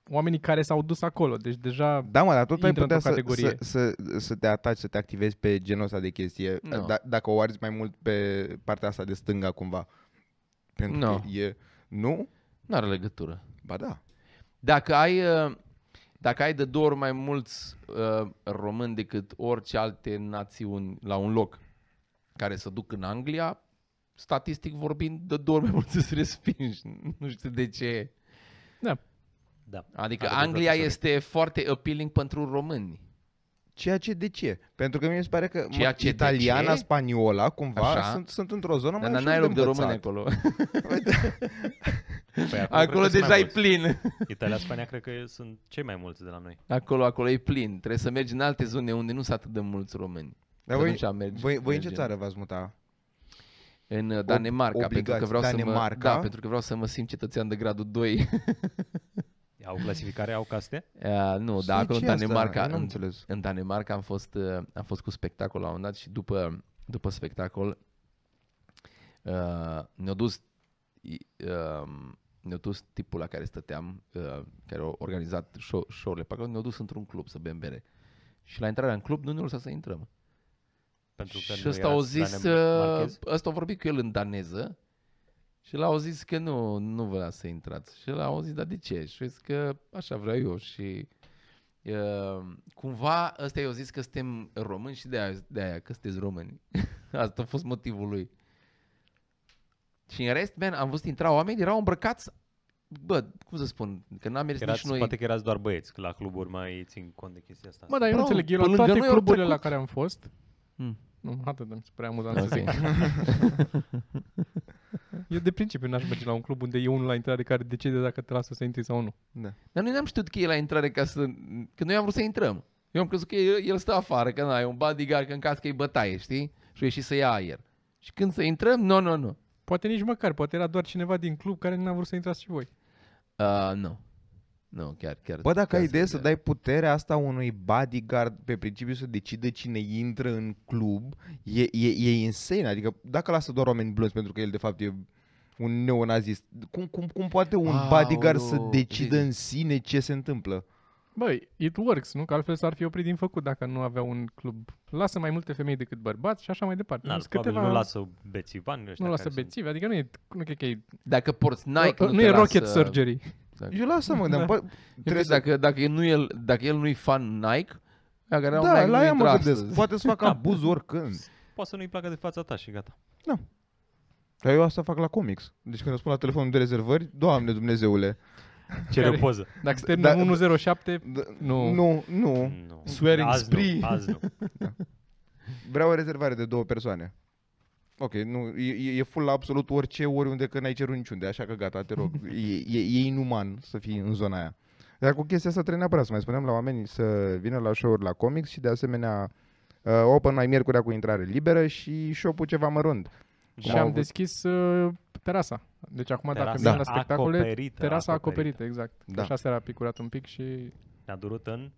Speaker 5: oamenii care s-au dus acolo, deci deja
Speaker 2: Da, mă, dar tot ai
Speaker 5: Intră
Speaker 2: putea
Speaker 5: într-o
Speaker 2: să, să,
Speaker 5: categorie.
Speaker 2: să, să, te ataci, să te activezi pe genul ăsta de chestie,
Speaker 3: Nu.
Speaker 2: da, dacă o arzi mai mult pe partea asta de stânga cumva. Pentru
Speaker 3: Nu.
Speaker 2: că e... Nu?
Speaker 3: Nu are legătură.
Speaker 2: Ba da.
Speaker 3: Dacă ai, uh, dacă ai de două ori mai mulți uh, români decât orice alte națiuni la un loc care să duc în Anglia, statistic vorbind, de două ori mai mulți să respingi. Nu știu de ce.
Speaker 4: Da.
Speaker 3: Adică
Speaker 4: Are
Speaker 3: Anglia
Speaker 4: dreptate,
Speaker 3: este foarte appealing pentru români.
Speaker 2: Ceea ce de ce? Pentru că mi se pare că
Speaker 3: Ceea
Speaker 2: mă,
Speaker 3: ce de
Speaker 2: italiana,
Speaker 3: ce?
Speaker 2: spaniola, cumva,
Speaker 3: Așa.
Speaker 2: sunt, sunt într-o zonă mai
Speaker 3: Dar
Speaker 2: ușor
Speaker 3: n-ai loc de români
Speaker 2: învățat.
Speaker 3: acolo.
Speaker 4: Păi
Speaker 3: Acolo
Speaker 4: cred că sunt
Speaker 3: deja
Speaker 4: mai
Speaker 3: e
Speaker 4: mulți.
Speaker 3: plin.
Speaker 4: Italia, Spania, cred că sunt cei mai mulți de la noi.
Speaker 3: Acolo, acolo e plin. Trebuie să mergi în alte zone unde nu sunt atât de mulți români.
Speaker 2: Dar
Speaker 3: Că
Speaker 2: voi,
Speaker 3: atunci mergi-
Speaker 2: voi, voi în ce
Speaker 3: mergi
Speaker 2: țară v-ați muta?
Speaker 3: În uh, Danemarca, pentru
Speaker 2: obligați,
Speaker 3: că vreau să mă,
Speaker 2: Danemarca.
Speaker 3: da, pentru că vreau să mă simt cetățean de gradul 2.
Speaker 4: Au clasificare, au caste?
Speaker 3: Uh, nu,
Speaker 2: Să
Speaker 3: dar acolo
Speaker 2: ce
Speaker 3: în
Speaker 2: asta?
Speaker 3: Danemarca,
Speaker 2: Eu n-am
Speaker 3: în,
Speaker 2: înțeles.
Speaker 3: în Danemarca am fost, uh, am fost cu spectacol la un moment dat și după, după spectacol uh, ne-a dus i- uh, ne-a dus tipul la care stăteam, uh, care a organizat show- show-urile pe acolo, ne-a dus într-un club să bem bere. Și la intrarea în club nu ne-a lăsat să intrăm.
Speaker 4: Pentru că
Speaker 3: Și
Speaker 4: nu
Speaker 3: ăsta
Speaker 4: era
Speaker 3: au zis, uh,
Speaker 4: danemarchez.
Speaker 3: ăsta a vorbit cu el în daneză și l-au zis că nu, nu vrea să intrați. Și l-au zis, dar de ce? Și eu zis că așa vreau eu și uh, cumva ăsta i-au zis că suntem români și de aia, de aia că sunteți români. Asta a fost motivul lui. Și în rest, man, am văzut intra oameni, erau îmbrăcați, bă, cum să spun, că n-am mers
Speaker 4: Erați,
Speaker 3: nici noi.
Speaker 4: Poate că erați doar băieți, că la cluburi mai țin cont de chestia asta.
Speaker 5: Mă, dar eu nu
Speaker 3: Bro,
Speaker 5: înțeleg, eu
Speaker 3: pe
Speaker 5: la
Speaker 3: lângă
Speaker 5: toate
Speaker 3: noi au
Speaker 5: cluburile la
Speaker 3: trecut.
Speaker 5: care am fost,
Speaker 4: Hmm.
Speaker 3: Mm.
Speaker 5: nu, atât, mi se pare
Speaker 4: Da,
Speaker 5: amuzant să
Speaker 3: Ok.
Speaker 5: zic. Eu de principiu n-aș merge la un club unde e unul la intrare care decide dacă te lasă să intri sau nu.
Speaker 2: Da.
Speaker 3: Dar noi n-am știut că e la intrare ca să... Că noi am vrut să intrăm. Eu am crezut că el, el stă afară, că n-ai un bodyguard, că în caz că e bătaie, știi? Și a ieșit să ia aer. Și când să intrăm, nu, nu, nu.
Speaker 5: Poate nici măcar, poate era doar cineva din club care n-a vrut să intrați și voi.
Speaker 3: Uh, Nu. Nu, chiar, chiar.
Speaker 2: Bă, dacă
Speaker 3: chiar
Speaker 2: ai idee să
Speaker 3: chiar.
Speaker 2: dai puterea asta unui bodyguard pe principiu să decide cine intră în club, e, e, e insane. Adică dacă lasă doar oameni blonzi, pentru că el de fapt e un neonazist, cum, cum, cum poate un
Speaker 3: Aoleu, Păi-
Speaker 2: bodyguard să decidă
Speaker 3: zi, zi.
Speaker 2: în sine ce se întâmplă?
Speaker 5: Băi, it works, nu? Că altfel s-ar fi oprit din făcut dacă nu avea un club. Lasă mai multe femei decât bărbați și așa mai departe.
Speaker 4: Na,
Speaker 5: Sunt
Speaker 4: probabil nu lasă bețivani ăștia
Speaker 5: nu lasă
Speaker 4: care sunt-
Speaker 5: bețivi, adică nu e, nu cred că e,
Speaker 3: Dacă porți Nike,
Speaker 5: nu,
Speaker 3: nu,
Speaker 5: nu
Speaker 3: te
Speaker 5: e
Speaker 3: lasă...
Speaker 5: rocket surgery.
Speaker 2: Eu lasă mă, dar bă, trebuie
Speaker 3: Trebuie
Speaker 2: să...
Speaker 3: dacă, dacă, el nu e, dacă el nu-i fan Nike, dacă era un
Speaker 2: Da,
Speaker 3: Nike,
Speaker 2: la
Speaker 3: nu
Speaker 2: ea
Speaker 3: intra
Speaker 2: mă gândesc.
Speaker 3: astăzi.
Speaker 2: Poate să facă abuz oricând.
Speaker 4: Poate să nu-i placă de fața ta și gata.
Speaker 2: Dar eu asta fac la comics. Deci când răspund la telefonul de rezervări, Doamne Dumnezeule.
Speaker 4: Cere o poză.
Speaker 5: Dacă suntem
Speaker 2: Da-
Speaker 5: da, 107,
Speaker 2: D-
Speaker 5: Nu. Mm.
Speaker 2: Nu, nu.
Speaker 4: Nu.
Speaker 2: Swearing
Speaker 4: azi
Speaker 2: spree.
Speaker 4: Nu, azi nu.
Speaker 2: Vreau o rezervare de două persoane. Ok, nu, e, e- e full la absolut orice, oriunde, că n-ai cerut niciunde, așa că gata, te rog. E, e, e inuman să fii în zona aia. Dar cu chestia asta trebuie neapărat să mai spunem la oameni să vină la show-uri la comics și de asemenea uh, open mai miercurea cu intrare liberă și shop ceva mărunt.
Speaker 5: și
Speaker 2: Cum Da. au
Speaker 5: am
Speaker 2: avut-
Speaker 5: deschis uh, terasa. Deci acum
Speaker 4: Terasa
Speaker 5: dacă merg la
Speaker 2: Da.
Speaker 5: spectacole,
Speaker 4: acoperită,
Speaker 5: terasa acoperită, exact.
Speaker 2: Da.
Speaker 5: Da. Așa seara a picurat un pic și
Speaker 4: Ne-a durut în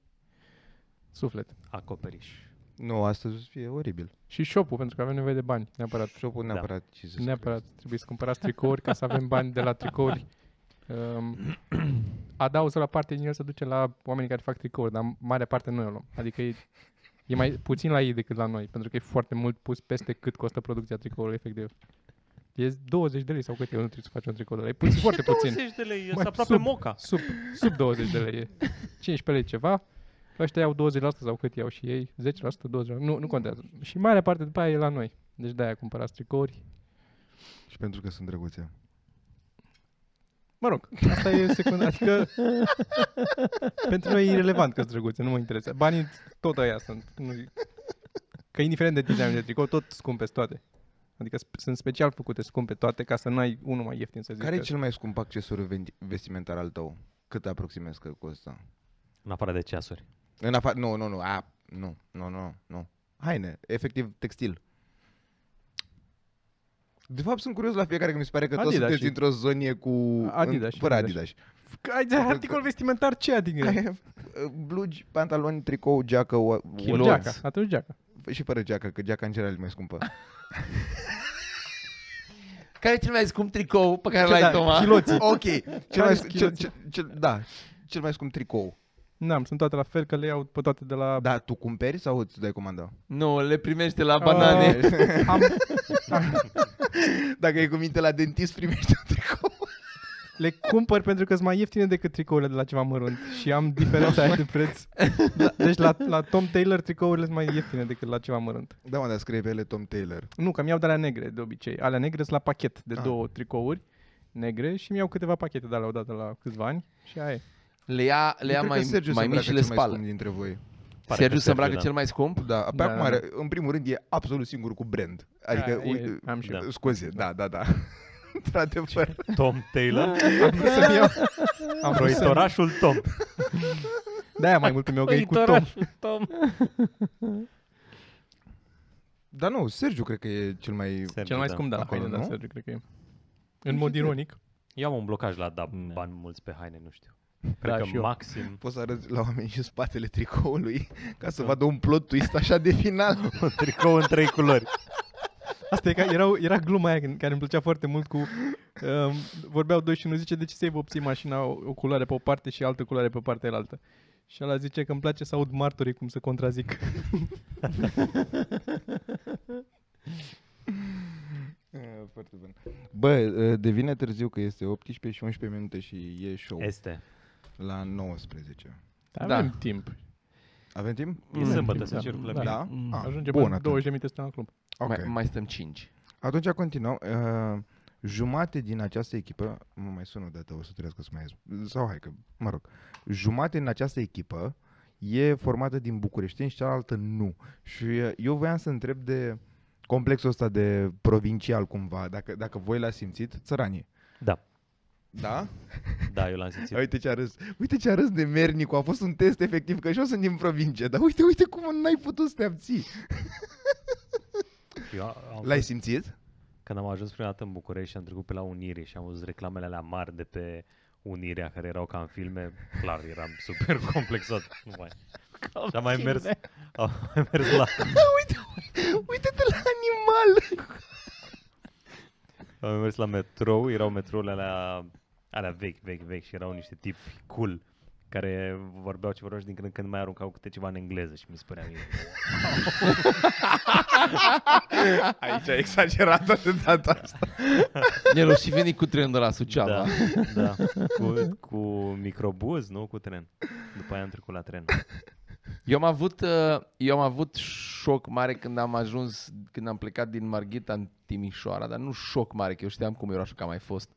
Speaker 5: suflet.
Speaker 4: acoperiș.
Speaker 2: Nu, astăzi o să fie oribil.
Speaker 5: Și shop pentru că avem nevoie de bani, neapărat.
Speaker 2: Shop-ul neapărat. Jesus Christ.
Speaker 5: Neapărat. Trebuie să cumpărați tricouri ca să avem bani de la tricouri. Um, adauzul la parte din el se duce la oamenii care fac tricouri, dar mare parte noi o luăm. Adică e, e mai puțin la ei decât la noi, pentru că e foarte mult pus peste cât costă producția tricoului efectiv. E 20 de lei sau cât e, nu trebuie să faci un tricou de lei. E puțin, foarte puțin.
Speaker 4: 20 de lei,
Speaker 5: Mai
Speaker 4: e aproape
Speaker 5: sub.
Speaker 4: moca.
Speaker 5: Sub, sub 20 de lei e. 15 lei ceva. Ăștia iau 20% sau cât iau și ei, 10%, 20%, nu, nu contează. Și marea parte după aia e la noi. Deci de-aia cumpărați tricouri.
Speaker 2: Și pentru că sunt drăguțe.
Speaker 5: Mă rog, asta e secundar. Adică pentru noi e irrelevant că sunt drăguțe, nu mă interesează. Banii tot aia sunt. Nu că indiferent de designul de tricou, tot scumpe toate. Adică sp- sunt special făcute scumpe toate ca să n-ai unul mai ieftin să zici.
Speaker 2: Care e
Speaker 5: că-
Speaker 2: cel mai scump accesoriu venti- vestimentar al tău? Cât aproximezi că costă?
Speaker 4: În afară de ceasuri.
Speaker 2: În afară, nu, nu, nu, a, nu, nu, nu, nu. Haine, efectiv textil. De fapt, sunt curios la fiecare, că mi se pare că toți
Speaker 5: Adidas
Speaker 2: sunteți
Speaker 5: și-
Speaker 2: într-o zonie cu...
Speaker 5: Adidas
Speaker 2: în,
Speaker 5: și
Speaker 2: fără
Speaker 5: Adidas.
Speaker 2: Adidas.
Speaker 5: Că Ai de articol vestimentar ce adică?
Speaker 2: Care- Blugi, pantaloni, tricou, geacă, o,
Speaker 5: Geaca, atunci geaca.
Speaker 2: și fără geacă, că geaca în general e mai scumpă.
Speaker 3: Care e cel mai scump tricou pe care
Speaker 5: da,
Speaker 3: l-ai, Toma?
Speaker 2: ok, cel mai,
Speaker 5: sunt
Speaker 2: cel,
Speaker 5: chiloții?
Speaker 2: cel, cel, da, cel mai scump tricou.
Speaker 5: N-am, sunt toate la fel, că le iau pe toate de la...
Speaker 2: Da, tu cumperi sau îți dai comanda?
Speaker 3: Nu, le primește la banane.
Speaker 5: Ah, am,
Speaker 2: Dacă e cu minte la dentist, primești un tricou.
Speaker 5: le cumpăr pentru că sunt mai ieftine decât tricourile de la ceva mărunt și am diferența aia de preț. La- Deci la, la Tom Taylor tricourile sunt mai ieftine decât la ceva mărunt.
Speaker 2: Da, mă, dar scrie pe ele Tom Taylor.
Speaker 5: Nu, că mi-au de alea negre de obicei. Alea negre sunt la pachet de
Speaker 2: Ah.
Speaker 5: două tricouri negre și mi-au câteva pachete de alea odată la câțiva ani și aia e.
Speaker 3: Le ia, le ia
Speaker 2: Eu cred că
Speaker 3: mai,
Speaker 2: Sergiu se
Speaker 3: mai mici
Speaker 2: îmbracă
Speaker 3: și le
Speaker 2: cel mai
Speaker 3: spală.
Speaker 2: scump dintre voi.
Speaker 4: Pare
Speaker 3: Sergiu
Speaker 4: că
Speaker 3: se îmbracă
Speaker 4: da.
Speaker 3: cel mai scump?
Speaker 2: Da, pe
Speaker 5: Da,
Speaker 2: acum
Speaker 5: da,
Speaker 2: are, în primul rând, e absolut singur cu brand. Adică,
Speaker 5: Da, e-
Speaker 2: uite,
Speaker 5: am și
Speaker 2: da.
Speaker 5: eu.
Speaker 2: scuze, da, da, da. Într-adevăr.
Speaker 4: Tom Taylor,
Speaker 5: Am vrut să-mi iau... Am vrut să
Speaker 4: proiectorașul Tom.
Speaker 5: De-aia mai mult mi-au găsit cu Tom.
Speaker 1: Uitorașul Păi, Tom.
Speaker 2: Dar nu, Sergiu cred că e cel mai...
Speaker 4: Sergiu,
Speaker 5: Cel mai
Speaker 4: da.
Speaker 5: scump de la
Speaker 2: Acolo,
Speaker 5: haine, da,
Speaker 2: nu? Deci,
Speaker 5: Sergiu, cred că e. În mod ironic.
Speaker 4: Eu am un blocaj la da,
Speaker 1: Da.
Speaker 4: bani mulți pe haine, nu știu. Cred
Speaker 5: Da,
Speaker 4: că
Speaker 5: și eu.
Speaker 4: maxim
Speaker 2: Poți să arăți la oameni și spatele tricoului ca să vadă un plot twist așa de final.
Speaker 4: un tricou în trei culori.
Speaker 5: Asta e ca, era, era gluma aia când- care îmi plăcea foarte mult cu... Um, vorbeau doi și unul zice de ce să-i vopsi mașina o, o culoare pe o parte și altă culoare pe partea altă. Și ăla zice că îmi place să aud martorii cum se contrazic.
Speaker 2: Foarte bun. Bă, devine târziu că este 18 și 11 minute și e show
Speaker 4: Este.
Speaker 2: la 19.
Speaker 3: Da.
Speaker 5: Avem timp.
Speaker 2: Avem timp?
Speaker 4: E sâmbătă,
Speaker 5: da.
Speaker 4: se circulă
Speaker 5: Da.
Speaker 4: bine.
Speaker 2: Mm. Da?
Speaker 3: Mm.
Speaker 2: Ah,
Speaker 5: Ajunge
Speaker 2: bun,
Speaker 5: până
Speaker 2: atunci.
Speaker 5: 20 de minute stăm la club.
Speaker 2: Ok.
Speaker 3: Mai, mai stăm 5.
Speaker 2: Atunci continuăm. Uh, jumate din această echipă, mă mai sună de o să trească să mai ies. Sau hai că, mă rog. Jumate din această echipă e formată din bucureșteni și cealaltă nu. Și uh, eu voiam să întreb de complexul ăsta de provincial cumva, dacă, dacă voi l-ați simțit, țăranii.
Speaker 4: Da,
Speaker 2: Da?
Speaker 4: da, eu l-am simțit.
Speaker 2: Uite ce a râs. Uite ce a râs de Mernicu. A fost un test efectiv, că și eu sunt din provincie. Dar uite, uite cum n-ai putut să te abții.
Speaker 4: Eu am
Speaker 2: L-ai
Speaker 4: fost-
Speaker 2: simțit?
Speaker 4: Când am ajuns prima dată în București și am trecut pe la Unire și am văzut reclamele alea mari de pe Unirea care erau ca în filme, clar, eram super complexat. Nu mai. Și am mai mers, am mai mers la,
Speaker 2: Da, Uite-te la animal!
Speaker 4: am mai mers la metrou, erau metrourile alea, alea vechi, vechi, vechi și erau niște tipi cool care vorbeau ce vorbeau și din când în când mai aruncau câte ceva în engleză și mi se părea mie.
Speaker 2: Aici a exagerat de data asta.
Speaker 3: El o și venit cu trenul de la Suceava.
Speaker 4: Da, da. Cu, cu microbuz, nu cu tren. După aia am trecut la tren.
Speaker 3: Eu am avut, uh, eu am avut șoc mare când am ajuns, când am plecat din Marghita în Timișoara, dar nu șoc mare, că eu știam cum era și că am mai fost.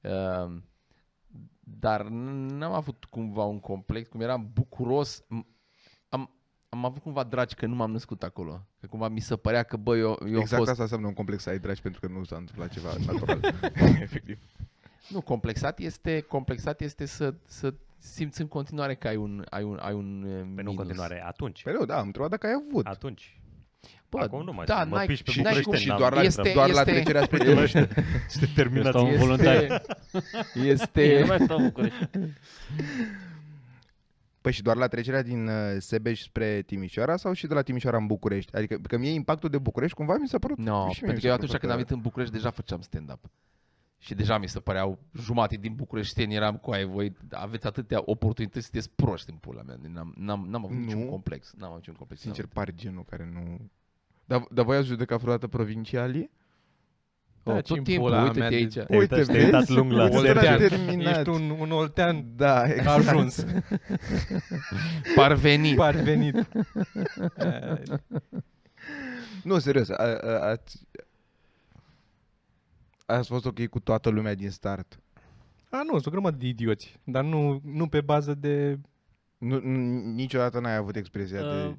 Speaker 3: Uh, Dar n- n-am avut cumva un complex, cum eram bucuros, m- am, am avut cumva dragi că nu m-am născut acolo. Că cumva mi se părea că, bă, eu, eu
Speaker 2: exact
Speaker 3: am fost...
Speaker 2: asta înseamnă un complex să ai dragi pentru că nu s-a întâmplat ceva natural. Efectiv.
Speaker 3: Nu, complexat este, complexat este să, să simți în continuare că ai un, ai un, ai un uh,
Speaker 4: Pe nu în
Speaker 3: minus.
Speaker 4: continuare, atunci.
Speaker 2: Păi nu, da, am întrebat dacă ai avut. Păi
Speaker 4: Atunci.
Speaker 3: Bă,
Speaker 4: Acum nu mai
Speaker 3: da,
Speaker 4: știu, mă
Speaker 3: n-ai-
Speaker 4: piși pe
Speaker 3: și n-ai
Speaker 4: București,
Speaker 3: cum-
Speaker 4: n-am-
Speaker 3: și
Speaker 4: n-am-
Speaker 3: doar la- este-
Speaker 2: doar la
Speaker 3: este-
Speaker 2: trecerea spre Timișoara.
Speaker 4: Este
Speaker 1: Eu
Speaker 4: terminat.
Speaker 1: stau în voluntari.
Speaker 3: Este,
Speaker 1: Eu mai stau în București.
Speaker 2: Păi și doar la trecerea din uh, Sebeș spre Timișoara sau și de la Timișoara în București? Adică că mie impactul de București cumva mi s-a părut...
Speaker 3: No,
Speaker 2: și mie mi
Speaker 3: pentru
Speaker 2: s-a
Speaker 3: că eu
Speaker 2: părut
Speaker 3: atunci când am
Speaker 2: că-
Speaker 3: venit în București deja făceam stand-up. Și deja mi se păreau jumate din bucureșteni, eram cu aia, voi aveți atâtea oportunități, sunteți proști în pula mea. N-am, n-am, n-am avut
Speaker 2: Nu.
Speaker 3: niciun complex. N-am avut niciun complex.
Speaker 2: Sincer,
Speaker 3: Sincer.
Speaker 2: par genul care nu... Dar, dar voi ați judecat vreodată provincialii?
Speaker 5: Da,
Speaker 3: Oh,
Speaker 5: ce-mi
Speaker 3: tot timpul,
Speaker 5: pula
Speaker 3: uite-te
Speaker 5: mea de-
Speaker 3: aici.
Speaker 4: Te-ai uitat-
Speaker 2: Uite,
Speaker 4: te-ai uitat
Speaker 2: vezi?
Speaker 4: lung la
Speaker 2: Uite,
Speaker 4: Sergiu.
Speaker 2: te-ai terminat.
Speaker 5: Ești un, un oltean
Speaker 2: Da, exact.
Speaker 5: ajuns,
Speaker 3: Parveni.
Speaker 5: parvenit.
Speaker 2: Nu, serios, a, a, ați... Ați fost ok cu toată lumea din start.
Speaker 5: A, nu, sunt o grămadă de idioți, dar nu, nu pe bază de...
Speaker 2: Nu, n- niciodată n-ai avut
Speaker 1: Ă,
Speaker 2: expresia de...
Speaker 1: Uh,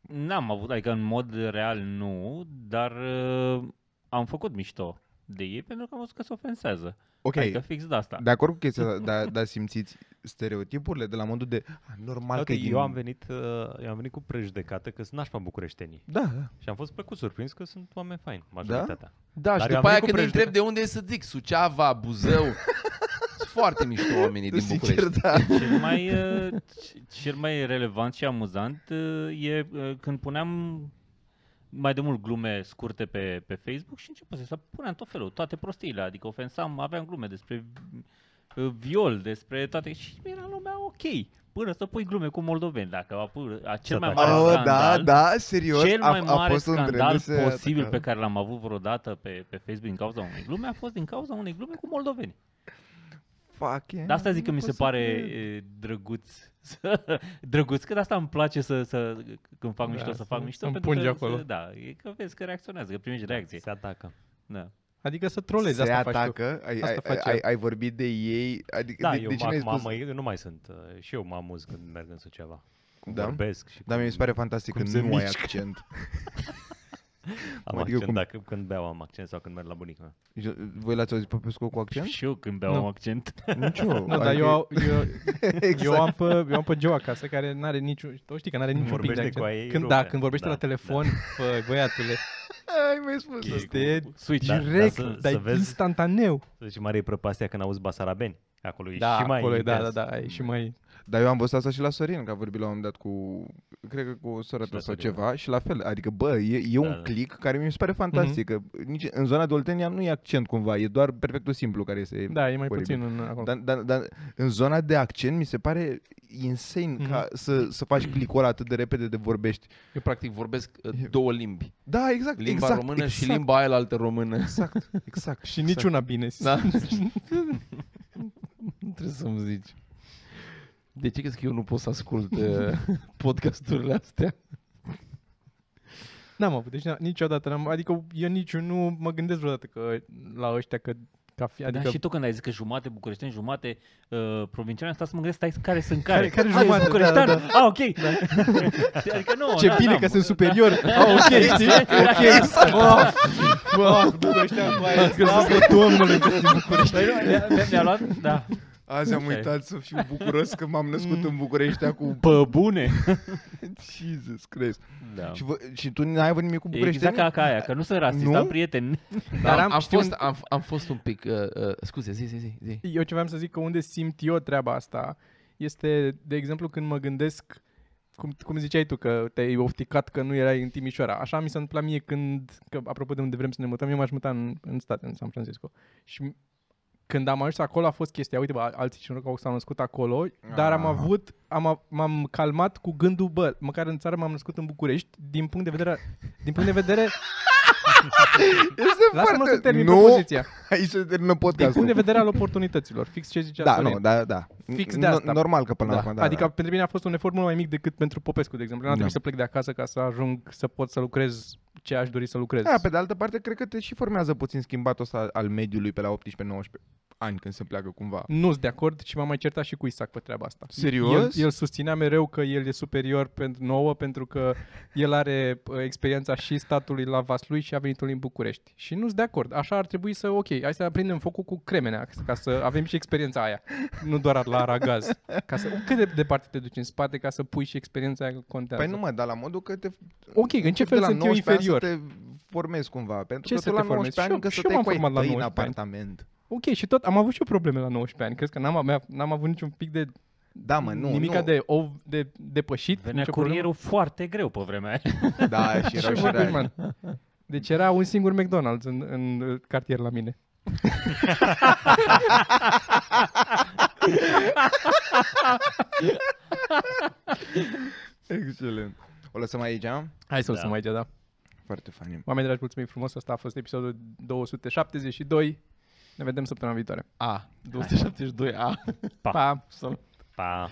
Speaker 1: N-am avut, adică în mod real nu, dar uh, am făcut mișto de ei pentru că am văzut că se ofensează.
Speaker 2: Ok, Da.
Speaker 1: Adică fix de asta.
Speaker 2: de acord cu chestia asta, dar dar simțiți stereotipurile de la modul de "A, normal
Speaker 4: Uite,
Speaker 2: că e din...
Speaker 4: eu am venit, uh, eu am venit cu prejudecată că sunt nașpa bucureștenii.
Speaker 2: Da, da.
Speaker 4: Și am fost plăcut surprins că sunt oameni faini, majoritatea.
Speaker 3: Da, și
Speaker 4: Dar eu am
Speaker 3: după aia
Speaker 4: venit cu
Speaker 3: când îi întreb
Speaker 4: prejudecăți.
Speaker 3: de unde e să zic, Suceava, Buzău, sunt foarte mișto oamenii din
Speaker 2: Sincer,
Speaker 3: București.
Speaker 2: da.
Speaker 1: Cel mai, uh, ce- cel mai relevant și amuzant uh, e uh, când puneam mai de mult glume scurte pe, pe Facebook și începuse să puneam tot felul, toate prostiile, adică ofensam, aveam glume despre uh, viol, despre toate și era lumea ok, până să pui glume cu moldoveni, dacă a, pus- a cel
Speaker 4: Să
Speaker 1: mai
Speaker 4: faci.
Speaker 1: mare
Speaker 2: Oh, da,
Speaker 1: scandal,
Speaker 2: da, serios.
Speaker 1: cel mai
Speaker 2: a, a
Speaker 1: mare
Speaker 2: fost un
Speaker 1: scandal
Speaker 2: trend să-
Speaker 1: posibil
Speaker 2: da.
Speaker 1: pe care l-am avut vreodată pe, pe Facebook din cauza unei glume a fost din cauza unei glume cu moldoveni.
Speaker 2: Fuck, yeah,
Speaker 1: Dar asta zic că
Speaker 2: nu
Speaker 1: mi
Speaker 2: pot
Speaker 1: se
Speaker 2: să
Speaker 1: pare
Speaker 2: cred.
Speaker 1: e, drăguț. drăguț, că de asta îmi place să, să când fac
Speaker 5: Da,
Speaker 1: mișto, să
Speaker 5: să
Speaker 1: fac mișto.
Speaker 5: îmi
Speaker 1: pentru
Speaker 5: pungi
Speaker 1: că,
Speaker 5: acolo. Exact.
Speaker 1: Să, da, e că vezi că reacționează, că primești reacție.
Speaker 4: Se atacă.
Speaker 1: Da.
Speaker 5: Adică să trolezi,
Speaker 2: se
Speaker 5: asta faci tu.
Speaker 2: atacă, ai,
Speaker 5: Asta
Speaker 2: ai,
Speaker 5: faci
Speaker 2: ai,
Speaker 5: el.
Speaker 2: ai vorbit de ei, adică
Speaker 4: Da,
Speaker 2: de,
Speaker 4: de, eu,
Speaker 2: de
Speaker 4: de
Speaker 2: cine ai
Speaker 4: m-
Speaker 2: spus?
Speaker 4: mă, eu nu mai sunt. uh, Și eu mă amuz când merg în Suceava. Cum
Speaker 2: Da?
Speaker 4: vorbesc și
Speaker 2: Dar
Speaker 4: cum
Speaker 2: mi se pare fantastic că
Speaker 4: cum se
Speaker 2: nu ai
Speaker 4: mișcă.
Speaker 2: accent.
Speaker 4: am
Speaker 2: adică
Speaker 4: accent,
Speaker 2: cum-
Speaker 4: dacă, când beau am accent sau când merg la bunica mea.
Speaker 2: Eu- Voi l-ați auzit pe Pesco cu accent?
Speaker 1: Și eu când beau
Speaker 5: Nu.
Speaker 1: am accent.
Speaker 2: Nicio.
Speaker 5: Nu, dar eu, au- eu, exact. eu, am pe, eu am pe Joe acasă care nu are niciun, tu știi că nu are niciun pic de
Speaker 4: Vorbește
Speaker 5: accent.
Speaker 4: cu a ei,
Speaker 5: când,
Speaker 4: rupe.
Speaker 5: da, când vorbește
Speaker 4: Da,
Speaker 5: la telefon, bă, băiatule,
Speaker 2: Ai mai spus asta.
Speaker 5: este
Speaker 1: Switch.
Speaker 4: Da,
Speaker 5: direct,
Speaker 4: să-
Speaker 5: dar
Speaker 4: să
Speaker 5: e
Speaker 4: vezi.
Speaker 5: instantaneu.
Speaker 4: Să zici, mare e prăpastia când auzi Basarabeni. Acolo e
Speaker 5: Da,
Speaker 4: și mai
Speaker 5: acolo, e, da, da,
Speaker 4: intens.
Speaker 5: da, e și mai...
Speaker 2: Dar eu am văzut asta și la Sorin, că a vorbit la un moment dat cu, cred că cu o soră
Speaker 4: Și la
Speaker 2: sau
Speaker 4: Sorin,
Speaker 2: ceva, și la fel. Adică, bă, e, e
Speaker 4: Da,
Speaker 2: un
Speaker 4: da.
Speaker 2: click care mi se pare fantastic.
Speaker 5: Mhm.
Speaker 2: Că nici în zona de Oltenia nu e accent cumva, e doar perfectul simplu care este.
Speaker 5: Da, e mai
Speaker 2: oribil.
Speaker 5: puțin în, acolo.
Speaker 2: Dar, dar, dar în zona de accent mi se pare insane
Speaker 5: Mhm.
Speaker 2: ca să, să faci clicul ăla atât de repede de vorbești.
Speaker 3: Eu practic vorbesc uh, două limbi.
Speaker 2: Da, exact.
Speaker 3: Limba
Speaker 2: exact,
Speaker 3: română
Speaker 2: exact,
Speaker 3: și limba aia la altă română.
Speaker 2: Exact, exact.
Speaker 5: Și
Speaker 2: exact.
Speaker 5: niciuna bine.
Speaker 3: Da? nu trebuie să-mi zici. De ce crezi că eu nu pot să ascult uh, podcasturile astea?
Speaker 5: N-am avut, deci n-am- niciodată n-am, adică eu nici nu mă gândesc vreodată că la ăștia că ca fi,
Speaker 1: Adică...
Speaker 5: adică
Speaker 1: Da, și tu când ai zis că jumate bucureșteni, jumate uh, provinciani, am stat să mă gândesc, stai, care sunt care?
Speaker 5: Care- care
Speaker 1: Ah, eu sunt
Speaker 5: jumate?
Speaker 1: bucureștean?
Speaker 5: Da,
Speaker 1: Ah, ok. adică nu,
Speaker 5: ce
Speaker 2: Exact.
Speaker 1: da,
Speaker 5: bine
Speaker 1: n-am.
Speaker 5: că sunt superior. Ah, ok, știi? Ok, Ah,
Speaker 2: Exact.
Speaker 5: bă, bă, Bucureștean, bă, aia,
Speaker 4: da,
Speaker 5: slavă Domnului că sunt București.
Speaker 1: Păi nu, mi-a- mi-a- mi-a luat, da.
Speaker 2: Azi am
Speaker 1: Așa e.
Speaker 2: uitat să fiu bucuros că m-am
Speaker 5: Mm.
Speaker 2: născut în București acum.
Speaker 1: Pă bune.
Speaker 2: Jesus Christ.
Speaker 1: Da.
Speaker 2: Și, vă, și tu n-ai avut nimic cu
Speaker 1: E
Speaker 2: București?
Speaker 1: exact ca, ca aia, că nu sunt rasist,
Speaker 2: Nu?
Speaker 1: am prieteni.
Speaker 5: Dar
Speaker 3: am,
Speaker 5: am-
Speaker 3: am,
Speaker 5: știu
Speaker 3: fost,
Speaker 5: un-
Speaker 3: am, am fost un pic... Uh, uh, scuze, zi, zi, zi. zi.
Speaker 5: Eu ce vreau să zic că unde simt eu treaba asta este, de exemplu, când mă gândesc cum, cum ziceai tu că te-ai ofticat că nu erai în Timișoara. Așa mi s-a întâmplat mie când, că apropo de unde vrem să ne mutăm, eu m-aș muta în, în state, în San Francisco. Și când am ajuns acolo a fost chestia, uite bă, alții și că s-au născut acolo, dar am
Speaker 2: Ah.
Speaker 5: avut, am, a- m-am calmat cu gândul, bă, măcar în țară m-am născut în București, din punct de vedere, din punct de vedere,
Speaker 2: Este
Speaker 5: lasă-mă să termin
Speaker 2: nu,
Speaker 5: propoziția,
Speaker 2: aici se termină
Speaker 5: din
Speaker 2: podcastul.
Speaker 5: punct de vedere al oportunităților, fix ce zicea
Speaker 2: da,
Speaker 5: Sorin.
Speaker 2: nu, da, da.
Speaker 5: Fix
Speaker 2: N-
Speaker 5: de asta.
Speaker 2: Normal că până la
Speaker 5: Da.
Speaker 2: urmă,
Speaker 5: Da,
Speaker 2: da,
Speaker 5: adică
Speaker 2: da.
Speaker 5: pentru mine a fost un efort mult mai mic decât pentru Popescu, de exemplu. N-a
Speaker 2: Da.
Speaker 5: trebuit să plec de acasă ca să ajung să pot să lucrez ce aș dori să lucrez.
Speaker 2: Da, pe de altă parte, cred că te și formează puțin schimbatul ăsta al mediului pe la 18-19 ani când se pleacă cumva.
Speaker 5: Nu sunt de acord și m-am mai certat și cu Isaac pe treaba asta.
Speaker 2: Serios?
Speaker 5: El, el susținea mereu că el e superior pentru nouă pentru că el are uh, experiența și statului la Vaslui și a venit în București. Și nu sunt de acord. Așa ar trebui să, ok, hai să aprindem focul cu cremenea ca să avem și experiența aia. Nu doar la aragaz. Ca să, cât de departe te duci în spate ca să pui și experiența aia că contează.
Speaker 2: Păi nu mă, dar la modul că te...
Speaker 5: Ok, în ce fel
Speaker 2: de la
Speaker 5: sunt eu
Speaker 2: 19 ani
Speaker 5: inferior?
Speaker 2: Să te formezi cumva, pentru
Speaker 5: Ce
Speaker 2: că
Speaker 5: să
Speaker 2: tu
Speaker 5: te
Speaker 2: la
Speaker 5: formezi? Și
Speaker 2: 19 ani
Speaker 5: eu-
Speaker 2: încă
Speaker 5: și
Speaker 2: să
Speaker 5: eu
Speaker 2: te
Speaker 5: m-am
Speaker 2: cu ai
Speaker 5: format la
Speaker 2: tăi în
Speaker 5: 19 ani.
Speaker 2: apartament.
Speaker 5: Ok, și tot am avut și eu probleme la 19 ani. Crezi că n-am, avea- n-am avut niciun pic de
Speaker 2: Da, mă, nu,
Speaker 5: nimica
Speaker 2: nu.
Speaker 5: De, ov, de depășit.
Speaker 1: Venea
Speaker 5: nicio
Speaker 1: curierul foarte greu pe vremea aia.
Speaker 2: Da,
Speaker 5: problemă.
Speaker 2: și erau
Speaker 5: Ce
Speaker 2: și
Speaker 5: vorbești,
Speaker 2: reale.
Speaker 5: man? Deci era un singur McDonald's în, în uh, cartier la mine.
Speaker 2: Excelent. O lăsăm aici, a?
Speaker 5: Hai să-l
Speaker 4: Da.
Speaker 5: da. mai aici, da.
Speaker 2: Foarte funny.
Speaker 5: Oameni dragi, mulțumim frumos. Asta a fost episodul 272. Ne vedem săptămâna viitoare.
Speaker 3: A, 272 A.
Speaker 5: Pa! pa.
Speaker 3: Salut.
Speaker 4: Pa!